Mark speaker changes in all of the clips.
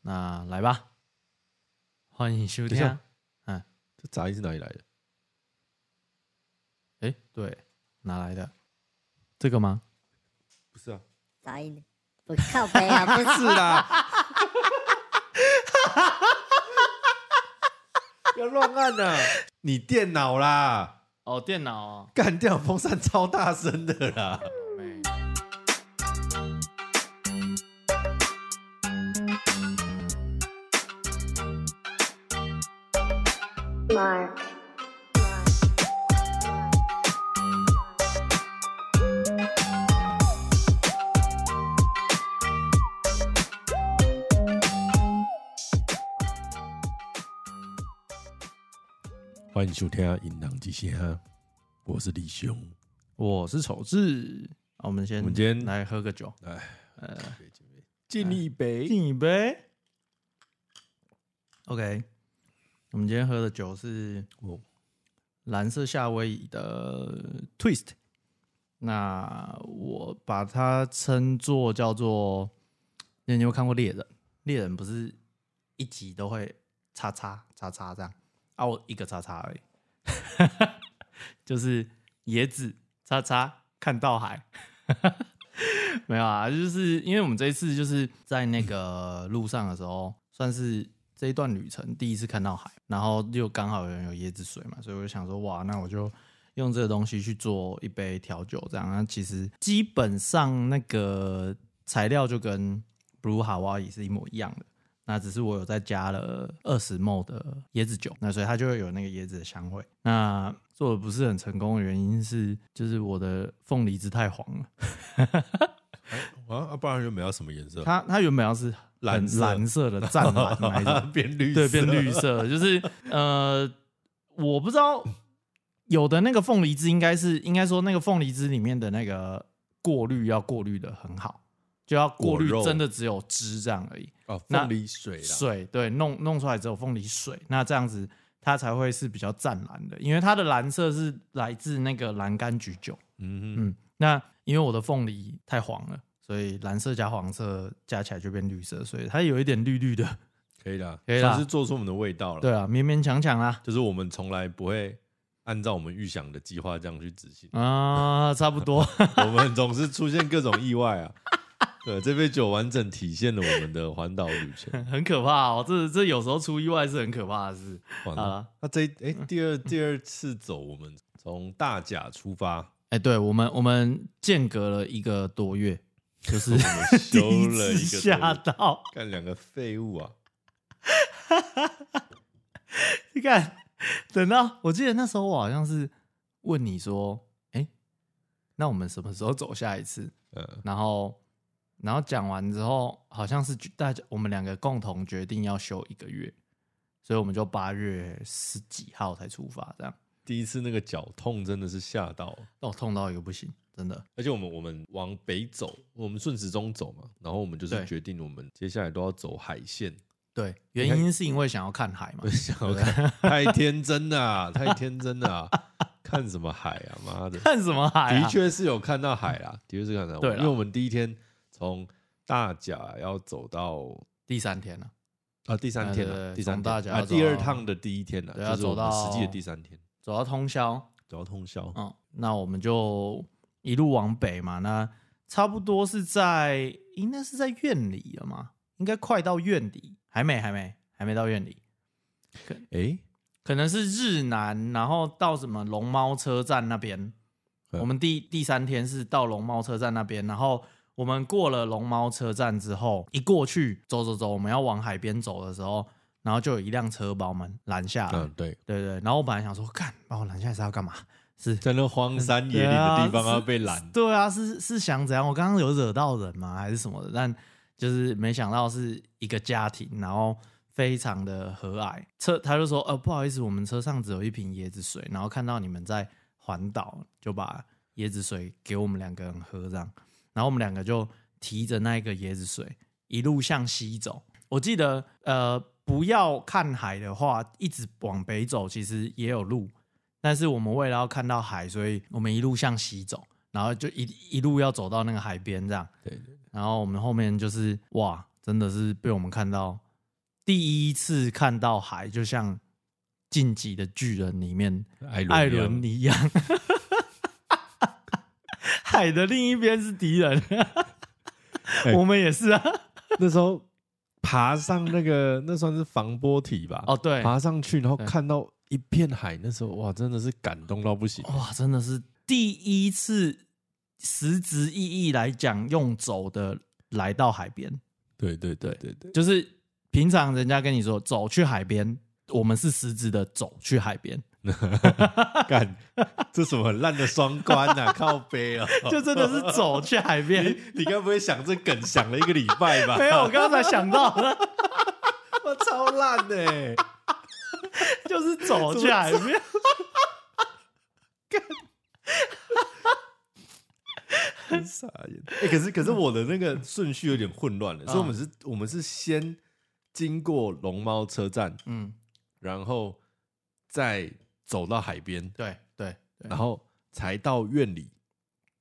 Speaker 1: 那来吧，欢迎收
Speaker 2: 等一
Speaker 1: 听啊
Speaker 2: 下。这杂音是哪里来的？
Speaker 1: 哎，对，哪来的？这个吗？
Speaker 2: 不是啊，
Speaker 3: 杂音，不靠背啊，不是
Speaker 2: 是啦， 不要乱按啊呐、你电脑啦，
Speaker 1: 哦，电脑、哦。
Speaker 2: 干掉风扇超大声的啦。
Speaker 3: Mark。
Speaker 2: 欢迎收听《银行极限》，我是李兄。
Speaker 1: 我是丑志。啊我们先，
Speaker 2: 我们今天
Speaker 1: 来喝个酒，
Speaker 2: 敬你一杯
Speaker 1: 敬一杯。OK，我们今天喝的酒是
Speaker 2: 哦，
Speaker 1: 蓝色夏威夷的 Twist，那我把它称作叫做，你有没有看过猎人？猎人不是一集都会叉叉叉叉这样啊，我一个叉叉而已， 就是椰子叉叉看到海，没有啊，就是因为我们这一次就是在那个路上的时候，算是这一段旅程第一次看到海，然后又刚好有人有椰子水嘛，所以我就想说，哇，那我就用这个东西去做一杯调酒，这样。那其实基本上那个材料就跟 Blue Hawaii 是一模一样的，那只是我有再加了二十 ml 的椰子酒，那所以它就会有那个椰子的香味。那做的不是很成功的原因是，就是我的凤梨汁太黄了。
Speaker 2: 啊，啊不然原本要什么颜色？
Speaker 1: 它它原本要是
Speaker 2: 蓝
Speaker 1: 很
Speaker 2: 色
Speaker 1: 蓝色的湛蓝那一种，
Speaker 2: 变 绿色，
Speaker 1: 对，变绿色，就是呃，我不知道有的那个凤梨汁应该是应该说那个凤梨汁里面的那个过滤要过滤的很好，就要过滤
Speaker 2: 果肉
Speaker 1: 真的只有汁这样而已，
Speaker 2: 哦，
Speaker 1: 那
Speaker 2: 凤梨水啦，
Speaker 1: 水对弄弄出来只有凤梨水，那这样子它才会是比较湛蓝的，因为它的蓝色是来自那个蓝柑橘酒。
Speaker 2: 嗯
Speaker 1: 嗯，那因为我的凤梨太黄了，所以蓝色加黄色加起来就变绿色，所以它有一点绿绿的。
Speaker 2: 哼，可以啦，
Speaker 1: 可以啦
Speaker 2: 算是做出我们的味道了。
Speaker 1: 对啊，勉勉强强啦。，
Speaker 2: 就是我们从来不会按照我们预想的计划这样去执行
Speaker 1: 啊，差不多。
Speaker 2: 我们总是出现各种意外啊。对，这杯酒完整体现了我们的环岛旅程。
Speaker 1: 很可怕哦，这这有时候出意外是很可怕的事。
Speaker 2: 哇
Speaker 1: 好啊啦
Speaker 2: 那那这哎、第二第二次走，我们从大甲出发，
Speaker 1: 哎、对我们我们间隔了一个多月，就是 第
Speaker 2: 修
Speaker 1: 一
Speaker 2: 了
Speaker 1: 次
Speaker 2: 一个多
Speaker 1: 吓
Speaker 2: 月
Speaker 1: 到，
Speaker 2: 干两个废物啊！
Speaker 1: 你看，等到我记得那时候我好像是问你说，哎、那我们什么时候走下一次？
Speaker 2: 嗯，
Speaker 1: 然后然后讲完之后，好像是大家我们两个共同决定要休一个月，所以我们就八月十几号才出发，这样
Speaker 2: 第一次那个脚痛真的是吓到，
Speaker 1: 让我痛到一个不行，真的。
Speaker 2: 而且我们我们往北走，我们顺时钟走嘛，然后我们就是
Speaker 1: 对
Speaker 2: 决定我们接下来都要走海线，
Speaker 1: 对，原因是因为想要看海嘛
Speaker 2: 我。想要看，太天真了啊、太天真了啊、看什么海啊？妈的，
Speaker 1: 看什么海、啊？
Speaker 2: 的，确是有看到海啦，的确是看到。
Speaker 1: 对啦
Speaker 2: 因为我们第一天从大甲要走到
Speaker 1: 第三天了、
Speaker 2: 啊第三
Speaker 1: 对
Speaker 2: 天
Speaker 1: 对
Speaker 2: 了，
Speaker 1: 对
Speaker 2: 第三
Speaker 1: 从大
Speaker 2: 天
Speaker 1: 甲
Speaker 2: 啊
Speaker 1: 要走到
Speaker 2: 第二趟的第一天了，
Speaker 1: 对要
Speaker 2: 就是我
Speaker 1: 走
Speaker 2: 们
Speaker 1: 到
Speaker 2: 实际的第三天，
Speaker 1: 走到通宵。
Speaker 2: 走到通宵。
Speaker 1: 嗯，那我们就一路往北嘛。那差不多是在应该是在院里了嘛，应该快到院里，还没，还没，还没到院里。
Speaker 2: 哎，
Speaker 1: 可能是日南，然后到什么龙猫车站那边。
Speaker 2: 嗯
Speaker 1: 我们第第三天是到龙猫车站那边，然后我们过了龙猫车站之后，一过去走走走，我们要往海边走的时候，然后就有一辆车把我们拦下来。
Speaker 2: 嗯，对，
Speaker 1: 对对，然后我本来想说，干把我拦下来是要干嘛？是
Speaker 2: 在那荒山野岭的地方
Speaker 1: 对啊
Speaker 2: 要被拦，
Speaker 1: 对啊，是是想怎样？我刚刚有惹到人吗？还是什么的？但就是没想到是一个家庭，然后非常的和蔼。车他就说：“呃，不好意思，我们车上只有一瓶椰子水，然后看到你们在环岛，就把椰子水给我们两个人喝，这样。然后我们两个就提着那一个椰子水一路向西走。我记得，呃，不要看海的话，一直往北走，其实也有路。但是我们为了要看到海，所以我们一路向西走，然后就一一路要走到那个海边这样。
Speaker 2: 对对
Speaker 1: 然后我们后面就是哇，真的是被我们看到第一次看到海，就像《晋级的巨人》里面
Speaker 2: 艾
Speaker 1: 艾
Speaker 2: 一样
Speaker 1: 伦一样， 海的另一边是敌人，
Speaker 2: 哎
Speaker 1: 我们也是啊。
Speaker 2: 那时候爬上那个那算是防波堤吧？
Speaker 1: 哦，，对，
Speaker 2: 爬上去然后
Speaker 1: 对
Speaker 2: 看到一片海，那时候哇，真的是感动到不行。
Speaker 1: 哇，真的是第一次实质意义来讲，用走的来到海边，
Speaker 2: 对对对对 对，
Speaker 1: 就是平常人家跟你说走去海边，我们是实质的走去海边，
Speaker 2: 干，这什么很烂的双关啊，靠背啊！
Speaker 1: 就真 的是走去海 边。
Speaker 2: 你该不会想这梗想了一个礼拜 吧？
Speaker 1: 没 有，我刚才想到了，
Speaker 2: 我超烂的、
Speaker 1: 欸就是走去 海边。
Speaker 2: 很傻眼。哎、可是可是我的那个顺序有点混乱了，所以
Speaker 1: 嗯
Speaker 2: 我们是，我们是先经过龙猫车站，
Speaker 1: 嗯，
Speaker 2: 然后再走到海边，
Speaker 1: 对对对
Speaker 2: 然后才到院里，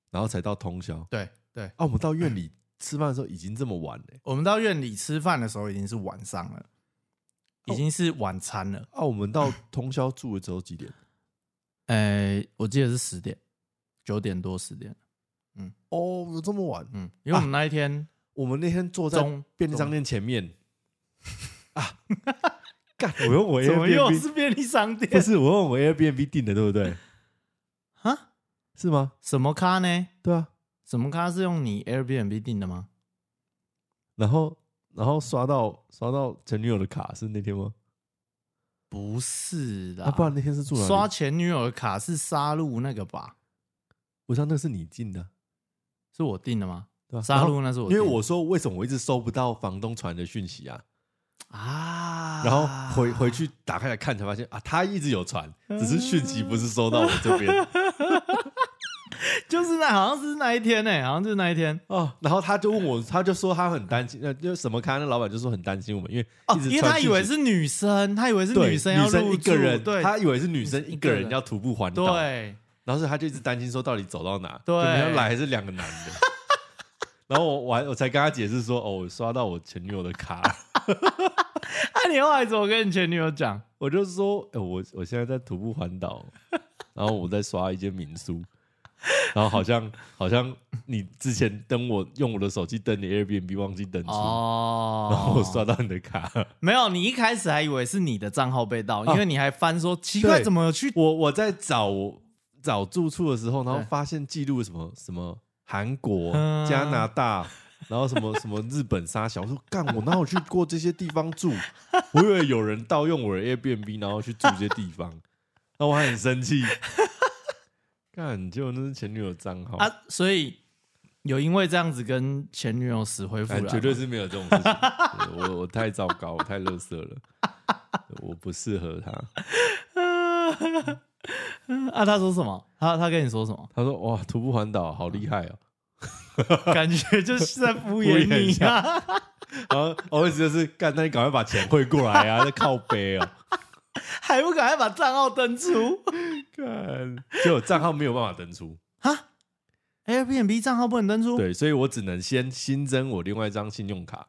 Speaker 2: 然后才到通宵。
Speaker 1: 对对，
Speaker 2: 啊，我们到院里吃饭的时候已经这么晚了、
Speaker 1: 我们到院里吃饭的时候已经是晚上了，已经是晚餐了。
Speaker 2: 啊，我们到通宵住的时候几点？
Speaker 1: 呃，我记得是十点，九点多十点。
Speaker 2: 哦，有这么晚？
Speaker 1: 嗯，因为我们那一天
Speaker 2: 我们那天坐在
Speaker 1: 中
Speaker 2: 便利商店前面 啊，干！我用 我
Speaker 1: 怎么又
Speaker 2: Airbnb
Speaker 1: 是便利商店？
Speaker 2: 不 是我用我 Airbnb 订的，对不对？
Speaker 1: 啊？
Speaker 2: 是吗？
Speaker 1: 什么咖呢？
Speaker 2: 对啊。
Speaker 1: 什么咖是用你 Airbnb 订的吗？
Speaker 2: 然后然后刷到刷到前女友的卡是那天吗？
Speaker 1: 不是啦，
Speaker 2: 啊，不然那天是住哪里？
Speaker 1: 刷前女友的卡是杀戮那个吧？
Speaker 2: 我知道那是你订的，
Speaker 1: 是我订的吗？
Speaker 2: 对吧？
Speaker 1: 杀
Speaker 2: 然后
Speaker 1: 戮那是我
Speaker 2: 因
Speaker 1: 订
Speaker 2: 为
Speaker 1: 的，
Speaker 2: 我说为什么我一直收不到房东传的讯息啊？
Speaker 1: 啊，
Speaker 2: 然后回回去打开来看，才发现啊，他一直有传，只
Speaker 1: 嗯
Speaker 2: 是讯息不是收到我这边
Speaker 1: 就是那好像是那一天呢、好像就是那一天
Speaker 2: 哦。然后他就问我，他就说他很担心，呃，就什么咖那老板就说很担心我们，因为
Speaker 1: 哦
Speaker 2: 一，直
Speaker 1: 因为
Speaker 2: 传
Speaker 1: 他以
Speaker 2: 讯
Speaker 1: 为
Speaker 2: 息
Speaker 1: 是女生，他以为是
Speaker 2: 对
Speaker 1: 女生要
Speaker 2: 女
Speaker 1: 入
Speaker 2: 生一
Speaker 1: 住
Speaker 2: 个人，
Speaker 1: 对
Speaker 2: 他以为是女生一
Speaker 1: 一
Speaker 2: 个
Speaker 1: 个
Speaker 2: 人
Speaker 1: 人
Speaker 2: 要徒步环岛，
Speaker 1: 对，
Speaker 2: 然后所以他就一直担心说到底走到哪，
Speaker 1: 对
Speaker 2: 怎么样来还是两个男的。 然后我我还我才跟他解释说，哦，我刷到我前女友的卡，
Speaker 1: 那、啊你后来怎么跟你前女友讲？
Speaker 2: 我就说，哎、我我现在在徒步环岛，然后我在刷一间民宿，然后好像好像你之前登我用我的手机登你 Airbnb 忘记
Speaker 1: 嗯
Speaker 2: 登出，
Speaker 1: 哦，
Speaker 2: 然后我刷到你的卡，
Speaker 1: 没有，你一开始还以为是你的账号被盗，因为你还翻说奇怪
Speaker 2: 对
Speaker 1: 怎么有去
Speaker 2: 我我在找我找住处的时候，然后
Speaker 1: 对
Speaker 2: 发现记录什么什么韩国、
Speaker 1: 嗯
Speaker 2: 加拿大，然后什么什么日本沙小，我说干，我哪有去过这些地方住？我以为有人盗用我的 Airbnb，然后去住这些地方，那我还很生气。干，结果那是前女友账号，哎
Speaker 1: 啊，所以有因为这样子跟前女友死灰复
Speaker 2: 哎
Speaker 1: 燃吗，
Speaker 2: 绝对是没有这种事情。对我我太糟糕，我太乐色了，我不适合他。？
Speaker 1: 啊。他说什么？他他跟你说什么
Speaker 2: 他说：“哇，徒步环岛好厉害哦！”
Speaker 1: 感觉就是在敷衍
Speaker 2: 敷衍一
Speaker 1: 你
Speaker 2: 下
Speaker 1: 啊。
Speaker 2: 然后我一直就是干，那你赶快把钱汇过来啊！在靠背哦，
Speaker 1: 还不赶快把账号登 出
Speaker 2: 干，就账号没有办法登出，
Speaker 1: 啊？Airbnb 账号不能登出，
Speaker 2: 对，所以我只能先新增我另外一张信用卡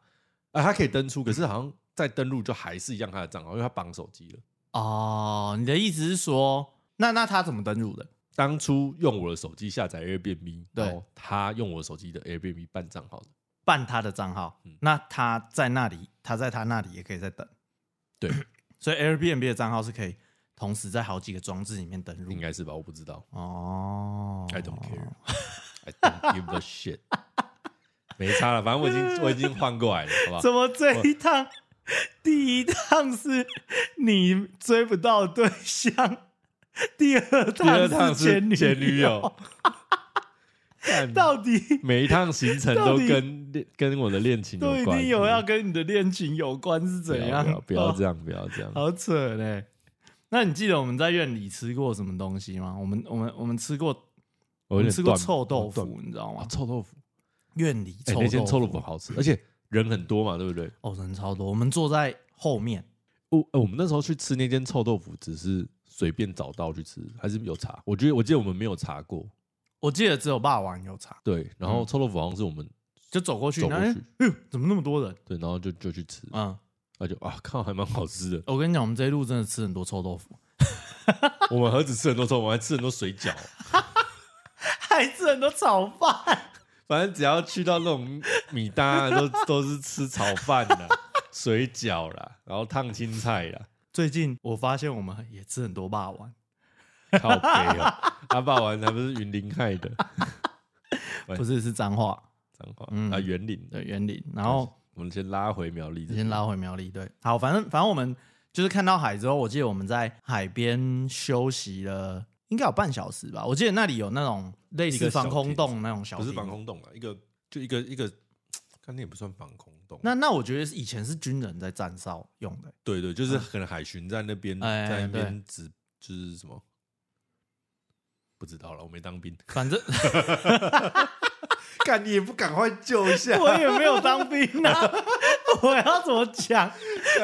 Speaker 2: 啊，它可以登出，可是好像再登录就还是一样他的账号，因为他绑手机了。
Speaker 1: 哦，你的意思是说，那那他怎么登入的？
Speaker 2: 当初用我的手机下载 Airbnb，
Speaker 1: 对
Speaker 2: 然后他用我手机的 Airbnb 办账号的，
Speaker 1: 办他的账号，
Speaker 2: 嗯
Speaker 1: 那他在那里，他在他那里也可以再等。
Speaker 2: 对，
Speaker 1: 所以 Airbnb 的账号是可以同时在好几个装置里面登入
Speaker 2: 应。该是吧？我不知道
Speaker 1: 哦
Speaker 2: 嗯，I don't care，I don't give a shit，没差了，反正我已经我已经换过来了，好吧？
Speaker 1: 怎么这一趟第一趟是你追不到对象，第二
Speaker 2: 第二
Speaker 1: 趟
Speaker 2: 趟
Speaker 1: 是
Speaker 2: 是前女
Speaker 1: 女友，
Speaker 2: 友，干
Speaker 1: 到底
Speaker 2: 每一趟行程
Speaker 1: 到
Speaker 2: 都
Speaker 1: 底
Speaker 2: 跟恋跟我的恋情有
Speaker 1: 都一
Speaker 2: 关，
Speaker 1: 定有要跟你的恋情有关是
Speaker 2: 不要
Speaker 1: 怎样
Speaker 2: 不要？不要这
Speaker 1: 样，
Speaker 2: 样，不要这样。
Speaker 1: 好扯嘞！那你记得我们在院里吃过什么东西吗？我们我们我们吃过，
Speaker 2: 我有
Speaker 1: 们
Speaker 2: 点
Speaker 1: 吃过
Speaker 2: 断
Speaker 1: 臭豆
Speaker 2: 我断
Speaker 1: 腐，你知道吗
Speaker 2: 啊，？臭豆腐，
Speaker 1: 院里
Speaker 2: 哎，
Speaker 1: 臭
Speaker 2: 那间臭
Speaker 1: 豆
Speaker 2: 豆腐好吃，而且人很多嘛，对不对？
Speaker 1: 哦，人超多，我们坐在后面。
Speaker 2: 我呃我们那时候去吃那间臭豆腐，只是随便找到去吃，还是有查？我觉得我记得我们没有查过，
Speaker 1: 我记得只有霸王有茶，
Speaker 2: 对。然
Speaker 1: 嗯
Speaker 2: 后臭豆腐好像是我们
Speaker 1: 就走过去，
Speaker 2: 走过
Speaker 1: 然后
Speaker 2: 去
Speaker 1: 哎呦，怎么那么多人？
Speaker 2: 对，然后就就去吃，
Speaker 1: 嗯，。
Speaker 2: 啊那就啊靠，还蛮好吃的
Speaker 1: 我跟你讲，我们这一路真的吃很多臭豆腐，
Speaker 2: 我们何止吃很多臭，我们还吃很多水饺。
Speaker 1: 还吃很多炒饭。
Speaker 2: 反正只要去到那种米搭，都 都是吃炒饭啦、水饺啦，然后烫青菜啦。
Speaker 1: 最近我发现我们也吃很多霸丸，
Speaker 2: 靠北哦，阿爸玩还不是云林害的，对
Speaker 1: 不是是脏话
Speaker 2: 脏话、
Speaker 1: 嗯
Speaker 2: 啊，园林的。
Speaker 1: 对园林，然后。
Speaker 2: 我们先拉回苗栗，
Speaker 1: 先拉回苗栗，对，好，反正反正我们就是看到海之后，我记得我们在海边休息了，应该有半小时吧。我记得那里有那种类
Speaker 2: 一个
Speaker 1: 似
Speaker 2: 小
Speaker 1: 防空
Speaker 2: 亭
Speaker 1: 洞那种小，
Speaker 2: 不是防。空洞啊，一个就一个一个，看那也不算防空洞。啊
Speaker 1: 那那我觉得是以前是军人在站哨用的，
Speaker 2: 对对，就是啊可能海巡在那边，
Speaker 1: 哎
Speaker 2: 在那
Speaker 1: 对
Speaker 2: 边指就是什么，不知道了，我没当兵。
Speaker 1: 反正
Speaker 2: 看你也不赶快救 一下
Speaker 1: 我也没有当兵啊， 我要怎么 讲？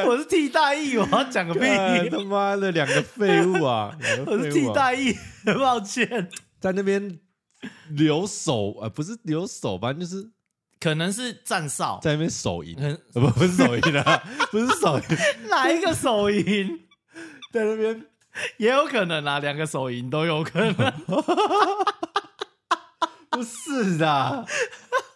Speaker 1: 我是替代役，我要讲个屁，
Speaker 2: 干他妈的两个废物 啊！两
Speaker 1: 我
Speaker 2: 个
Speaker 1: 是
Speaker 2: 废
Speaker 1: 替
Speaker 2: 物啊
Speaker 1: 代役，很抱歉。
Speaker 2: 在那边留守，呃，不是留守吧，就是
Speaker 1: 可能是站哨，
Speaker 2: 在那边手淫，
Speaker 1: 嗯
Speaker 2: 呃 不不是手淫啊， 不是手淫，
Speaker 1: 哪一个手淫？
Speaker 2: 在那边
Speaker 1: 也有可能啊，两个手淫都有 可能。
Speaker 2: 不是的，啊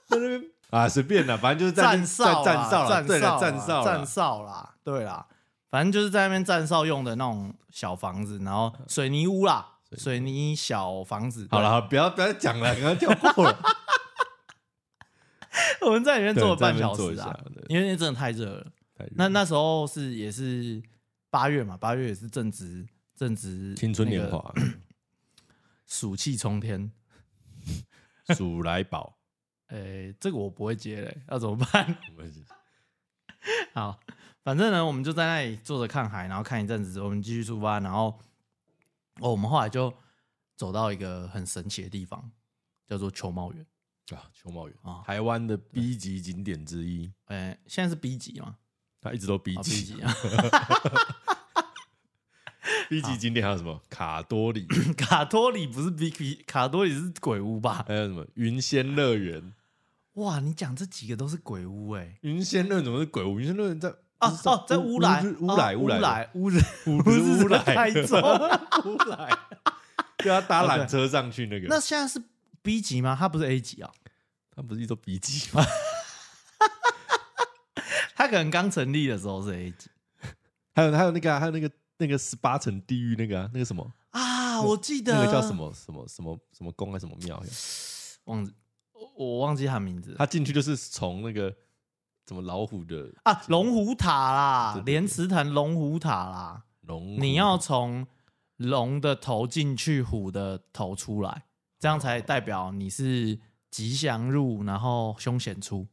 Speaker 2: 在那边 啊随便啦，反正就是在那边
Speaker 1: 站哨啊
Speaker 2: 在站哨啦
Speaker 1: 站
Speaker 2: 对啦
Speaker 1: 哨
Speaker 2: 站哨啦啊
Speaker 1: 站哨啦，对啦，反正就是在那边站哨用的那种小房子，然后水泥屋啦，水泥小房子。
Speaker 2: 好了，，好不要不要再讲了，刚刚跳过 了。
Speaker 1: 我们在里面
Speaker 2: 对
Speaker 1: 坐了半
Speaker 2: 在那
Speaker 1: 小
Speaker 2: 边坐一
Speaker 1: 时
Speaker 2: 下嗯
Speaker 1: 啊
Speaker 2: 对，
Speaker 1: 因为真的太热了。
Speaker 2: 太热
Speaker 1: 那那时候是也是八月嘛，八月也是正值正值
Speaker 2: 青春年，华，
Speaker 1: 暑气冲天。
Speaker 2: 鼠来宝，
Speaker 1: 诶、这个我不会接嘞、要怎么办？
Speaker 2: 我们是
Speaker 1: 好，反正呢，我们就在那里坐着看海，然后看一阵子之后，我们继续出发，然后哦，我们后来就走到一个很神奇的地方，叫做秋茂园。
Speaker 2: 啊，邱茂远
Speaker 1: 啊，
Speaker 2: 台湾的 B 级景点之一，
Speaker 1: 哎、现在是 B 级嘛？
Speaker 2: 它一直都 B
Speaker 1: 哦 B
Speaker 2: 级
Speaker 1: 级。啊，
Speaker 2: B 级景点还有什么？卡 多里，
Speaker 1: 卡托里不是 B B，卡托里是鬼屋吧？
Speaker 2: 还有什么云仙乐园？
Speaker 1: 哇，你讲这几个都是鬼屋哎、
Speaker 2: 云仙乐园怎么是鬼屋？云仙乐园在
Speaker 1: 啊
Speaker 2: 不是
Speaker 1: 哦，在乌来，
Speaker 2: 乌来，
Speaker 1: 哦
Speaker 2: 乌
Speaker 1: 乌
Speaker 2: 来，
Speaker 1: 来，乌来，
Speaker 2: 乌
Speaker 1: 不
Speaker 2: 不是
Speaker 1: 是
Speaker 2: 乌来，
Speaker 1: 台中。
Speaker 2: 乌来，对啊，搭缆车上去那个。
Speaker 1: 那现在是 B 级吗？它不是 A 级啊、
Speaker 2: 他不是一直都 B 级吗？
Speaker 1: 它可能刚成立的时候是 A 级
Speaker 2: 还有还有那个啊还有那个那个十八层地狱那个啊，那个什么
Speaker 1: 啊，我记得
Speaker 2: 那个叫什？么什么什么什么宫还是什么庙？
Speaker 1: 忘记我我忘记他名字了
Speaker 2: 他进去就是从那个什么老虎的
Speaker 1: 啊，龙虎塔
Speaker 2: 对
Speaker 1: 啦，
Speaker 2: 对对
Speaker 1: 莲池潭龙虎塔啦，
Speaker 2: 龙虎，
Speaker 1: 你要从龙的头进去，虎的头出来，这样才代表你是吉祥入，然后凶险出。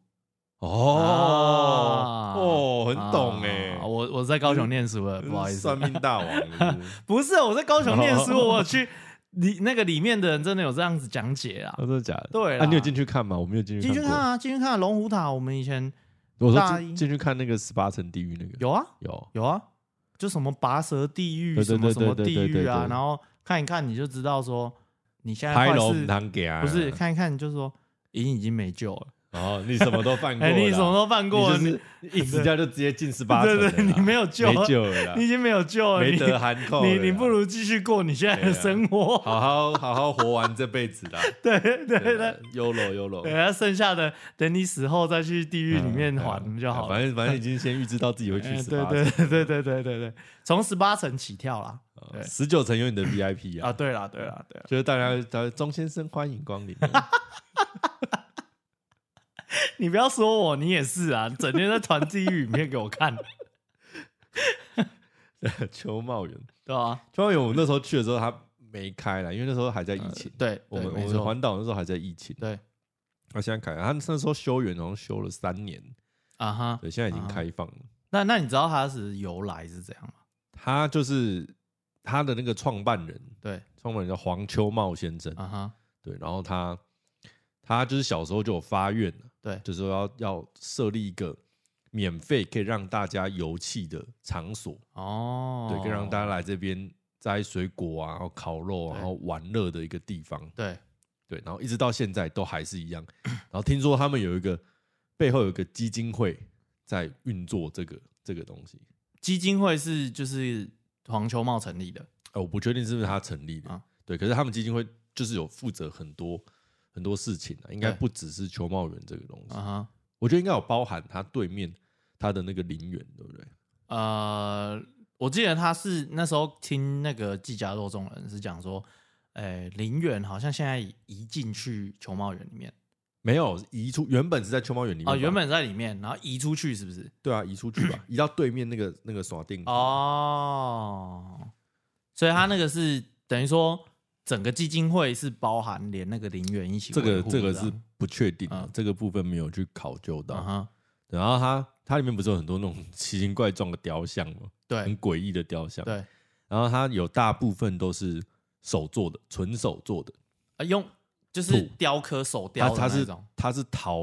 Speaker 2: 哦
Speaker 1: 啊
Speaker 2: 哦，很懂哎
Speaker 1: 啊，我我在高雄念书了，不好意思
Speaker 2: 算，命大王是不 是
Speaker 1: 不是我在高雄念 书，我有去里那个里面的人真的有这样子讲解啊
Speaker 2: 啊，。真的假的？
Speaker 1: 对啦
Speaker 2: 啊，你有进去看吗？我没有进去
Speaker 1: 进去
Speaker 2: 看
Speaker 1: 看
Speaker 2: 过。
Speaker 1: 啊，进去看啊龙虎塔，我们以前
Speaker 2: 我说
Speaker 1: 大
Speaker 2: 进
Speaker 1: 一
Speaker 2: 进去看那个十八层地狱那个
Speaker 1: 有啊，
Speaker 2: 有
Speaker 1: 有啊，就什么拔舌地狱，
Speaker 2: 对对
Speaker 1: 什么什么
Speaker 2: 对
Speaker 1: 地
Speaker 2: 对对对
Speaker 1: 狱啊
Speaker 2: 对，
Speaker 1: 然后看一看你就知道说你现在
Speaker 2: 拍
Speaker 1: 哎坏
Speaker 2: 楼
Speaker 1: 事
Speaker 2: 唔堂给啊？
Speaker 1: 不是看一看你就说已经已经没救了，
Speaker 2: 哦，你什么都犯 过
Speaker 1: 哎，
Speaker 2: 了啦，
Speaker 1: 你什么都犯
Speaker 2: 你
Speaker 1: 过了，啊
Speaker 2: 就是
Speaker 1: 你
Speaker 2: 一直家就直接进十八层
Speaker 1: 对
Speaker 2: 了啦，
Speaker 1: 对你没有救
Speaker 2: 没救了啦，
Speaker 1: 你已经没有救了，
Speaker 2: 啊没
Speaker 1: 你
Speaker 2: 得啊含扣了啦，
Speaker 1: 你你不如继续过你现在的生活，
Speaker 2: 好好好好活完这辈子啦，
Speaker 1: 对 对
Speaker 2: 对啊哦啦
Speaker 1: 对。
Speaker 2: ，YOLO YOLO，
Speaker 1: 等下剩下的，等你死后再去地狱里面
Speaker 2: 嗯
Speaker 1: 还就好了。
Speaker 2: 反正反正已经先预知到自己会去
Speaker 1: 哎
Speaker 2: 十八
Speaker 1: 对
Speaker 2: 层，
Speaker 1: 对对对对对对，从十八层起跳啦。对
Speaker 2: 哦十九层有你的 VIP
Speaker 1: 啊，
Speaker 2: 啊，
Speaker 1: 对啦对啦对啦，
Speaker 2: 就是大家大家钟先生欢迎光临，
Speaker 1: 你不要说我，你也是啊，整天在团地狱里面给我看，
Speaker 2: 邱茂源，
Speaker 1: 对吧？
Speaker 2: 邱茂源，我们那时候去的时候他没开了，因为那时候还在疫情，
Speaker 1: 呃对，
Speaker 2: 我们
Speaker 1: 对
Speaker 2: 我
Speaker 1: 没
Speaker 2: 们
Speaker 1: 错，
Speaker 2: 环岛那时候还在疫情，
Speaker 1: 对
Speaker 2: 他现在开了，他那时候修园好像修了三年，
Speaker 1: 啊哈。
Speaker 2: 对，现在已经
Speaker 1: 啊
Speaker 2: 开放了。
Speaker 1: 那那你知道它是由来是怎样吗？
Speaker 2: 他就是他的那个创办人，
Speaker 1: 对
Speaker 2: 创办人叫黄秋茂先生，
Speaker 1: 啊哈，
Speaker 2: 对，然后他他就是小时候就有发愿了，
Speaker 1: 对
Speaker 2: 就是说要要设立一个免费可以让大家游憩的场所，
Speaker 1: 哦，
Speaker 2: 对，可以让大家来这边摘水果啊，然后烤肉啊，
Speaker 1: 对
Speaker 2: 然后玩乐的一个地方，
Speaker 1: 对
Speaker 2: 对，然后一直到现在都还是一样。然后听说他们有一个背后有一个基金会在运作这个这个东西。
Speaker 1: 基金会是就是黄秋茂成立的，
Speaker 2: 呃，我不确定是不是他成立的，
Speaker 1: 啊
Speaker 2: 对，可是他们基金会就是有负责很多很多事情啊，应该
Speaker 1: 对
Speaker 2: 不只是球茂园这个东西，
Speaker 1: 啊
Speaker 2: 我觉得应该有包含他对面他的那个林园，对不对？
Speaker 1: 哈，呃，我记得他是那时候听那个季家肉中人是讲说，诶、林园好像现在移进去球茂园里面
Speaker 2: 没有移出，原本是在球茂园里面
Speaker 1: 啊、
Speaker 2: 吧
Speaker 1: 原本在里面，然后移出去是不是？
Speaker 2: 对啊，移出去吧，移到对面那个那个耍定，
Speaker 1: 哦，所以他那个是等于说整个基金会是包含连那个林园一起
Speaker 2: 这个
Speaker 1: 维护啊
Speaker 2: 这个
Speaker 1: 样
Speaker 2: 是不确定的
Speaker 1: 嗯，
Speaker 2: 这个部分没有去考究
Speaker 1: 啊
Speaker 2: 到。
Speaker 1: 哈，
Speaker 2: 然后它它里面不是有很多那种 奇形怪状的雕像吗？
Speaker 1: 对
Speaker 2: 很诡异的雕像。
Speaker 1: 对，
Speaker 2: 然后它有大部分都是手做的，纯手做的。
Speaker 1: 啊用就是
Speaker 2: 土
Speaker 1: 雕刻手雕
Speaker 2: 它
Speaker 1: 的
Speaker 2: 它
Speaker 1: 那
Speaker 2: 是
Speaker 1: 种。
Speaker 2: 它是陶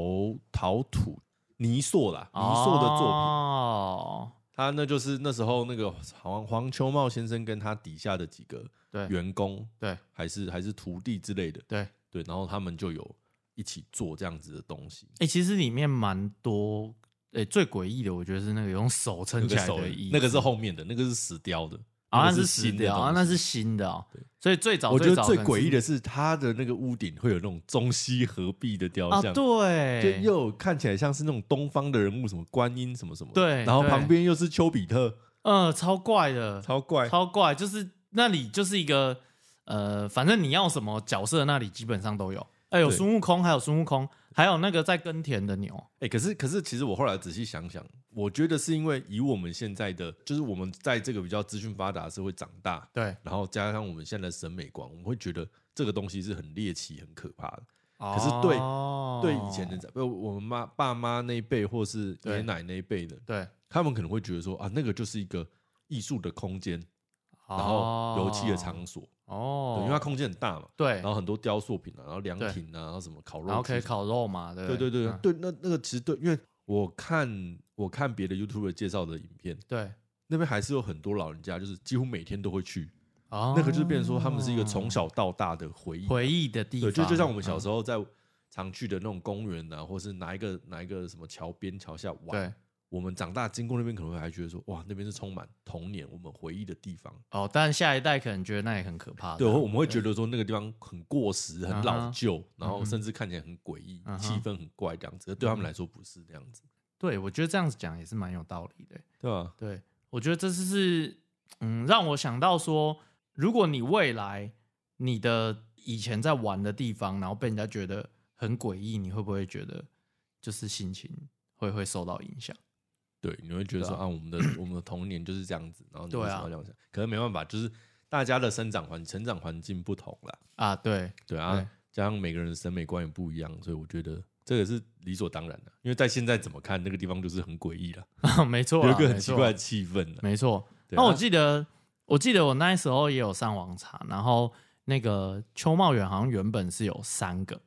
Speaker 2: 陶土泥塑啦，泥塑的作品。
Speaker 1: 哦，
Speaker 2: 它那就是那时候那个好像黄秋茂先生跟他底下的几个
Speaker 1: 对
Speaker 2: 员工，
Speaker 1: 对
Speaker 2: 还是还是徒弟之类的，
Speaker 1: 对，哎、
Speaker 2: 对，然后他们就有一起做这样子的东西。
Speaker 1: 其实里面蛮多，哎、最诡异的我觉得是那个用手
Speaker 2: 那
Speaker 1: 撑起
Speaker 2: 个
Speaker 1: 来
Speaker 2: 手
Speaker 1: 的椅子，
Speaker 2: 那个是后面的，那个是石雕的，
Speaker 1: 啊、那
Speaker 2: 那个
Speaker 1: 是
Speaker 2: 新
Speaker 1: 新
Speaker 2: 的
Speaker 1: 的
Speaker 2: 东
Speaker 1: 啊、
Speaker 2: 西
Speaker 1: 那是新的哦、
Speaker 2: 对
Speaker 1: 所以最早
Speaker 2: 我觉得
Speaker 1: 早
Speaker 2: 最
Speaker 1: 可能
Speaker 2: 诡异
Speaker 1: 是
Speaker 2: 的是，它的那个屋顶会有那种中西合璧的雕
Speaker 1: 啊，
Speaker 2: 像，就
Speaker 1: 对，
Speaker 2: 又有看起来像是那种东方的人物，什么观音什么什么的，
Speaker 1: 对
Speaker 2: 然后
Speaker 1: 对
Speaker 2: 旁边又是丘比特，
Speaker 1: 嗯，超怪的，
Speaker 2: 超怪，
Speaker 1: 超怪，就是那里就是一个呃，反正你要什么角色，那里基本上都有。哎、有
Speaker 2: 对
Speaker 1: 孙悟空，还有孙悟空，还有那个在耕田的牛。
Speaker 2: 哎、可是可是，其实我后来仔细想想，我觉得是因为以我们现在的，就是我们在这个比较资讯发达的社会长大，
Speaker 1: 对，
Speaker 2: 然后加上我们现在的审美观，我们会觉得这个东西是很猎奇、很可怕的。
Speaker 1: 可
Speaker 2: 是对
Speaker 1: 哦、
Speaker 2: 对以前的长，不，我们妈爸妈那一辈，或是爷
Speaker 1: 对
Speaker 2: 爷奶奶那一辈的，
Speaker 1: 对，
Speaker 2: 他们可能会觉得说啊，那个就是一个艺术的空间，然后油漆的场所，对
Speaker 1: 哦，
Speaker 2: 因为它空间很大嘛，
Speaker 1: 对，
Speaker 2: 然后很多雕塑品啊，然后凉
Speaker 1: 对
Speaker 2: 亭啊，然后什么烤肉区什么的，
Speaker 1: 然后可以烤肉嘛，对不
Speaker 2: 对对
Speaker 1: 对
Speaker 2: 对
Speaker 1: 嗯
Speaker 2: 对，那那个其实对，因为我看我看别的 YouTube 介绍的影片，
Speaker 1: 对，
Speaker 2: 那边还是有很多老人家，就是几乎每天都会去，
Speaker 1: 哦，
Speaker 2: 那个就变成说他们是一个从小到大的回忆。
Speaker 1: 回忆的地
Speaker 2: 对，
Speaker 1: 方，
Speaker 2: 就就像我们小
Speaker 1: 嗯
Speaker 2: 时候在常去的那种公园啊，或是哪一个哪一个什么桥边桥下玩，
Speaker 1: 嗯对
Speaker 2: 我们长大经过那边可能会还觉得说，哇，那边是充满童年我们回忆的地方。
Speaker 1: 哦，但下一代可能觉得那也很可怕，
Speaker 2: 对，
Speaker 1: 这样
Speaker 2: 我们会觉得说那个地方很过时、很老
Speaker 1: 啊嗯哼
Speaker 2: 旧，然后
Speaker 1: 嗯哼
Speaker 2: 甚至看起来很诡异
Speaker 1: 嗯，哼
Speaker 2: 气氛很怪这样子。
Speaker 1: 嗯
Speaker 2: 对他们来说不是这样子，
Speaker 1: 对，我觉得这样子讲也是蛮有道理的。
Speaker 2: 对吧、
Speaker 1: 对，啊我觉得这是是，嗯，让我想到说，如果你未来你的以前在玩的地方，然后被人家觉得很诡异，你会不会觉得就是心情会会受到影响？
Speaker 2: 对，你会觉得说
Speaker 1: 对啊
Speaker 2: 啊，我们的我们的童年就是这样子，然后你为
Speaker 1: 对
Speaker 2: 什
Speaker 1: 啊
Speaker 2: 么要这样想？可能没办法，就是大家的生长环成长环境不同啦，
Speaker 1: 啊，对，
Speaker 2: 对啊，
Speaker 1: 对
Speaker 2: 加上每个人的审美观也不一样，所以我觉得这个是理所当然的。因为在现在怎么看那个地方就是很诡异了，
Speaker 1: 没错啊，
Speaker 2: 有一个
Speaker 1: 没
Speaker 2: 很奇
Speaker 1: 错
Speaker 2: 怪的气氛的。
Speaker 1: 没错。
Speaker 2: 对
Speaker 1: 那
Speaker 2: 啊
Speaker 1: 我记得，我记得我那时候也有上网查，然后那个秋茂园好像原本是有三个，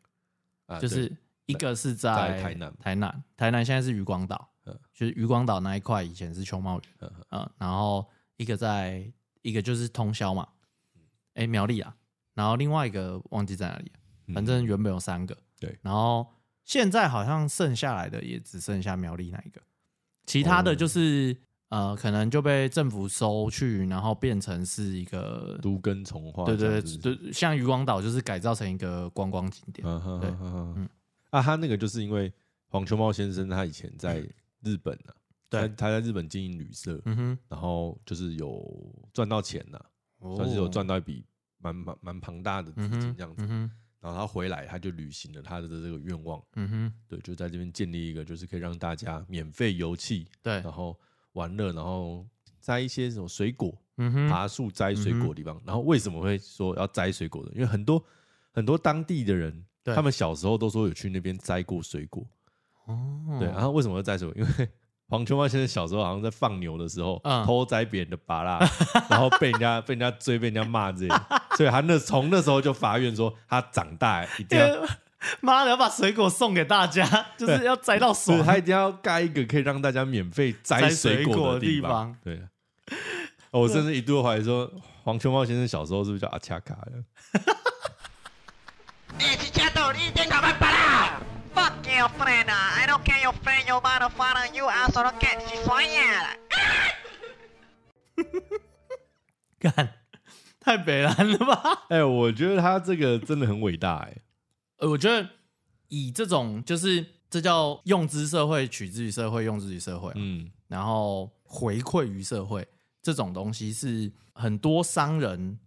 Speaker 2: 啊
Speaker 1: 就
Speaker 2: 对
Speaker 1: 是一个是
Speaker 2: 在
Speaker 1: 在
Speaker 2: 台南
Speaker 1: 台南，台南现在是渔光岛，
Speaker 2: 嗯
Speaker 1: 就是渔光岛那一块以前是秋茂园，
Speaker 2: 嗯
Speaker 1: 嗯然后一个在一个就是通宵嘛，
Speaker 2: 嗯
Speaker 1: 哎、苗栗啊，然后另外一个忘记在哪里了，啊
Speaker 2: 嗯
Speaker 1: 反正原本有三个，
Speaker 2: 对
Speaker 1: 然后现在好像剩下来的也只剩下苗栗那一
Speaker 2: 哦
Speaker 1: 个，其他的就是、呃，可能就被政府收去，然后变成是一个。
Speaker 2: 都跟从化，
Speaker 1: 对对对，对，像渔光岛就是改造成一个观光景点，
Speaker 2: 嗯哼
Speaker 1: 对
Speaker 2: 哼哼哼
Speaker 1: 嗯
Speaker 2: 啊，他那个就是因为黄秋茂先生他以前在日本啊，
Speaker 1: 对
Speaker 2: 他他在日本经营旅社，
Speaker 1: 嗯哼，
Speaker 2: 然后就是有赚到钱呐、算是有赚到一笔蛮蛮蛮庞大的资
Speaker 1: 哦嗯
Speaker 2: 金
Speaker 1: 哼，
Speaker 2: 这样子。
Speaker 1: 嗯哼，
Speaker 2: 然后他回来，他就履行了他的这个愿望，
Speaker 1: 嗯哼，
Speaker 2: 对，就在这边建立一个就是可以让大家免费游憩，
Speaker 1: 对
Speaker 2: 然，后玩乐，然后摘一些什么水果，
Speaker 1: 嗯哼，
Speaker 2: 爬树摘水果的地方。然后为什么会说要摘水果的？因为很多很多当地的人，
Speaker 1: 对
Speaker 2: 他们小时候都说有去那边摘过水果，
Speaker 1: 哦，
Speaker 2: 对。啊然后为什么会摘水果？因为黄秋茂先生小时候好像在放牛的时候、
Speaker 1: 嗯
Speaker 2: 偷摘别人的芭 拉，然后被人家被人家追，被人家骂这样，所以他那从那时候就发愿说，他长大一 定
Speaker 1: 啊
Speaker 2: 要，
Speaker 1: 妈的，要把水果送给大家， 就是要摘到
Speaker 2: 所
Speaker 1: 手
Speaker 2: 以。他一定要盖一个可以让大家免费摘
Speaker 1: 摘
Speaker 2: 水
Speaker 1: 水
Speaker 2: 果
Speaker 1: 果
Speaker 2: 的
Speaker 1: 的
Speaker 2: 地
Speaker 1: 地
Speaker 2: 方
Speaker 1: 方。
Speaker 2: 对。啊哦我甚至一度怀疑说，黄秋茂先生小时候是不是叫阿恰卡呀？
Speaker 4: Hey, Chichato, you think I'm a bala? Fuck your friend. uh, I don't care your friend, your mother, father, you also don't care. She's swinging.
Speaker 1: 干，太北蓝了吧？
Speaker 2: 哎、我觉得他这个真的很伟大哎、
Speaker 1: 呃，我觉得以这种就是这叫用之社会，取之于社会，用之于社会，啊
Speaker 2: 嗯，
Speaker 1: 然后回馈于社会这种东西是很多商人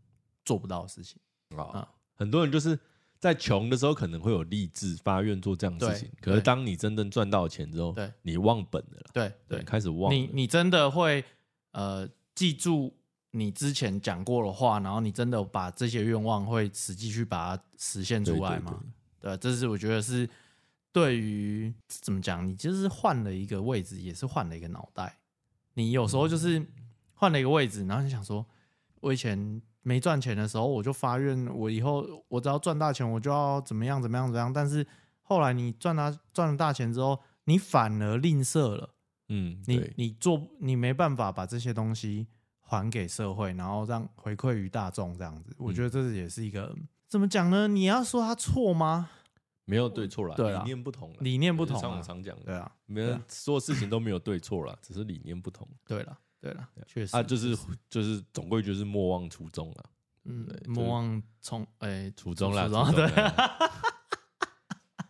Speaker 1: 做不到的事情。
Speaker 2: 啊
Speaker 1: 啊，
Speaker 2: 很多人就是在穷的时候可能会有励志发愿做这样的事情，
Speaker 1: 对
Speaker 2: 可是
Speaker 1: 对
Speaker 2: 当你真正赚到钱之后，
Speaker 1: 对
Speaker 2: 你忘本了啦，
Speaker 1: 对
Speaker 2: 对，
Speaker 1: 对，
Speaker 2: 开始忘
Speaker 1: 你
Speaker 2: 了，
Speaker 1: 你真的会呃记住你之前讲过的话，然后你真的把这些愿望会实际去把它实现出来吗？对这是我觉得是对于怎么讲，你就是换了一个位置，也是换了一个脑袋。你有时候就是换了一个位置，然后你想说，我以前没赚钱的时候，我就发愿，我以后我只要赚大钱，我就要怎么样怎么样怎么样。但是后来你赚了赚了大钱之后，你反而吝啬了。
Speaker 2: 嗯，
Speaker 1: 你
Speaker 2: 对，
Speaker 1: 你做你没办法把这些东西还给社会，然后让回馈于大众这样子，我觉得这也是一个怎么讲呢？你要说他错吗？
Speaker 2: 没有对错啦，
Speaker 1: 对
Speaker 2: 理
Speaker 1: 啦
Speaker 2: 念不同啦，
Speaker 1: 理念不
Speaker 2: 对
Speaker 1: 同
Speaker 2: 像
Speaker 1: 啊
Speaker 2: 我常讲
Speaker 1: 对
Speaker 2: 的，
Speaker 1: 啊，
Speaker 2: 没
Speaker 1: 对
Speaker 2: 有
Speaker 1: 啊
Speaker 2: 做事情都没有对错啦，只是理念不同
Speaker 1: 对了，对了，确实
Speaker 2: 啊，就是就是总归就是莫忘初衷啦，
Speaker 1: 嗯
Speaker 2: 对，就是
Speaker 1: 莫忘从哎
Speaker 2: 初衷啦，
Speaker 1: 初
Speaker 2: 初
Speaker 1: 衷
Speaker 2: 衷
Speaker 1: 对，
Speaker 2: 啦。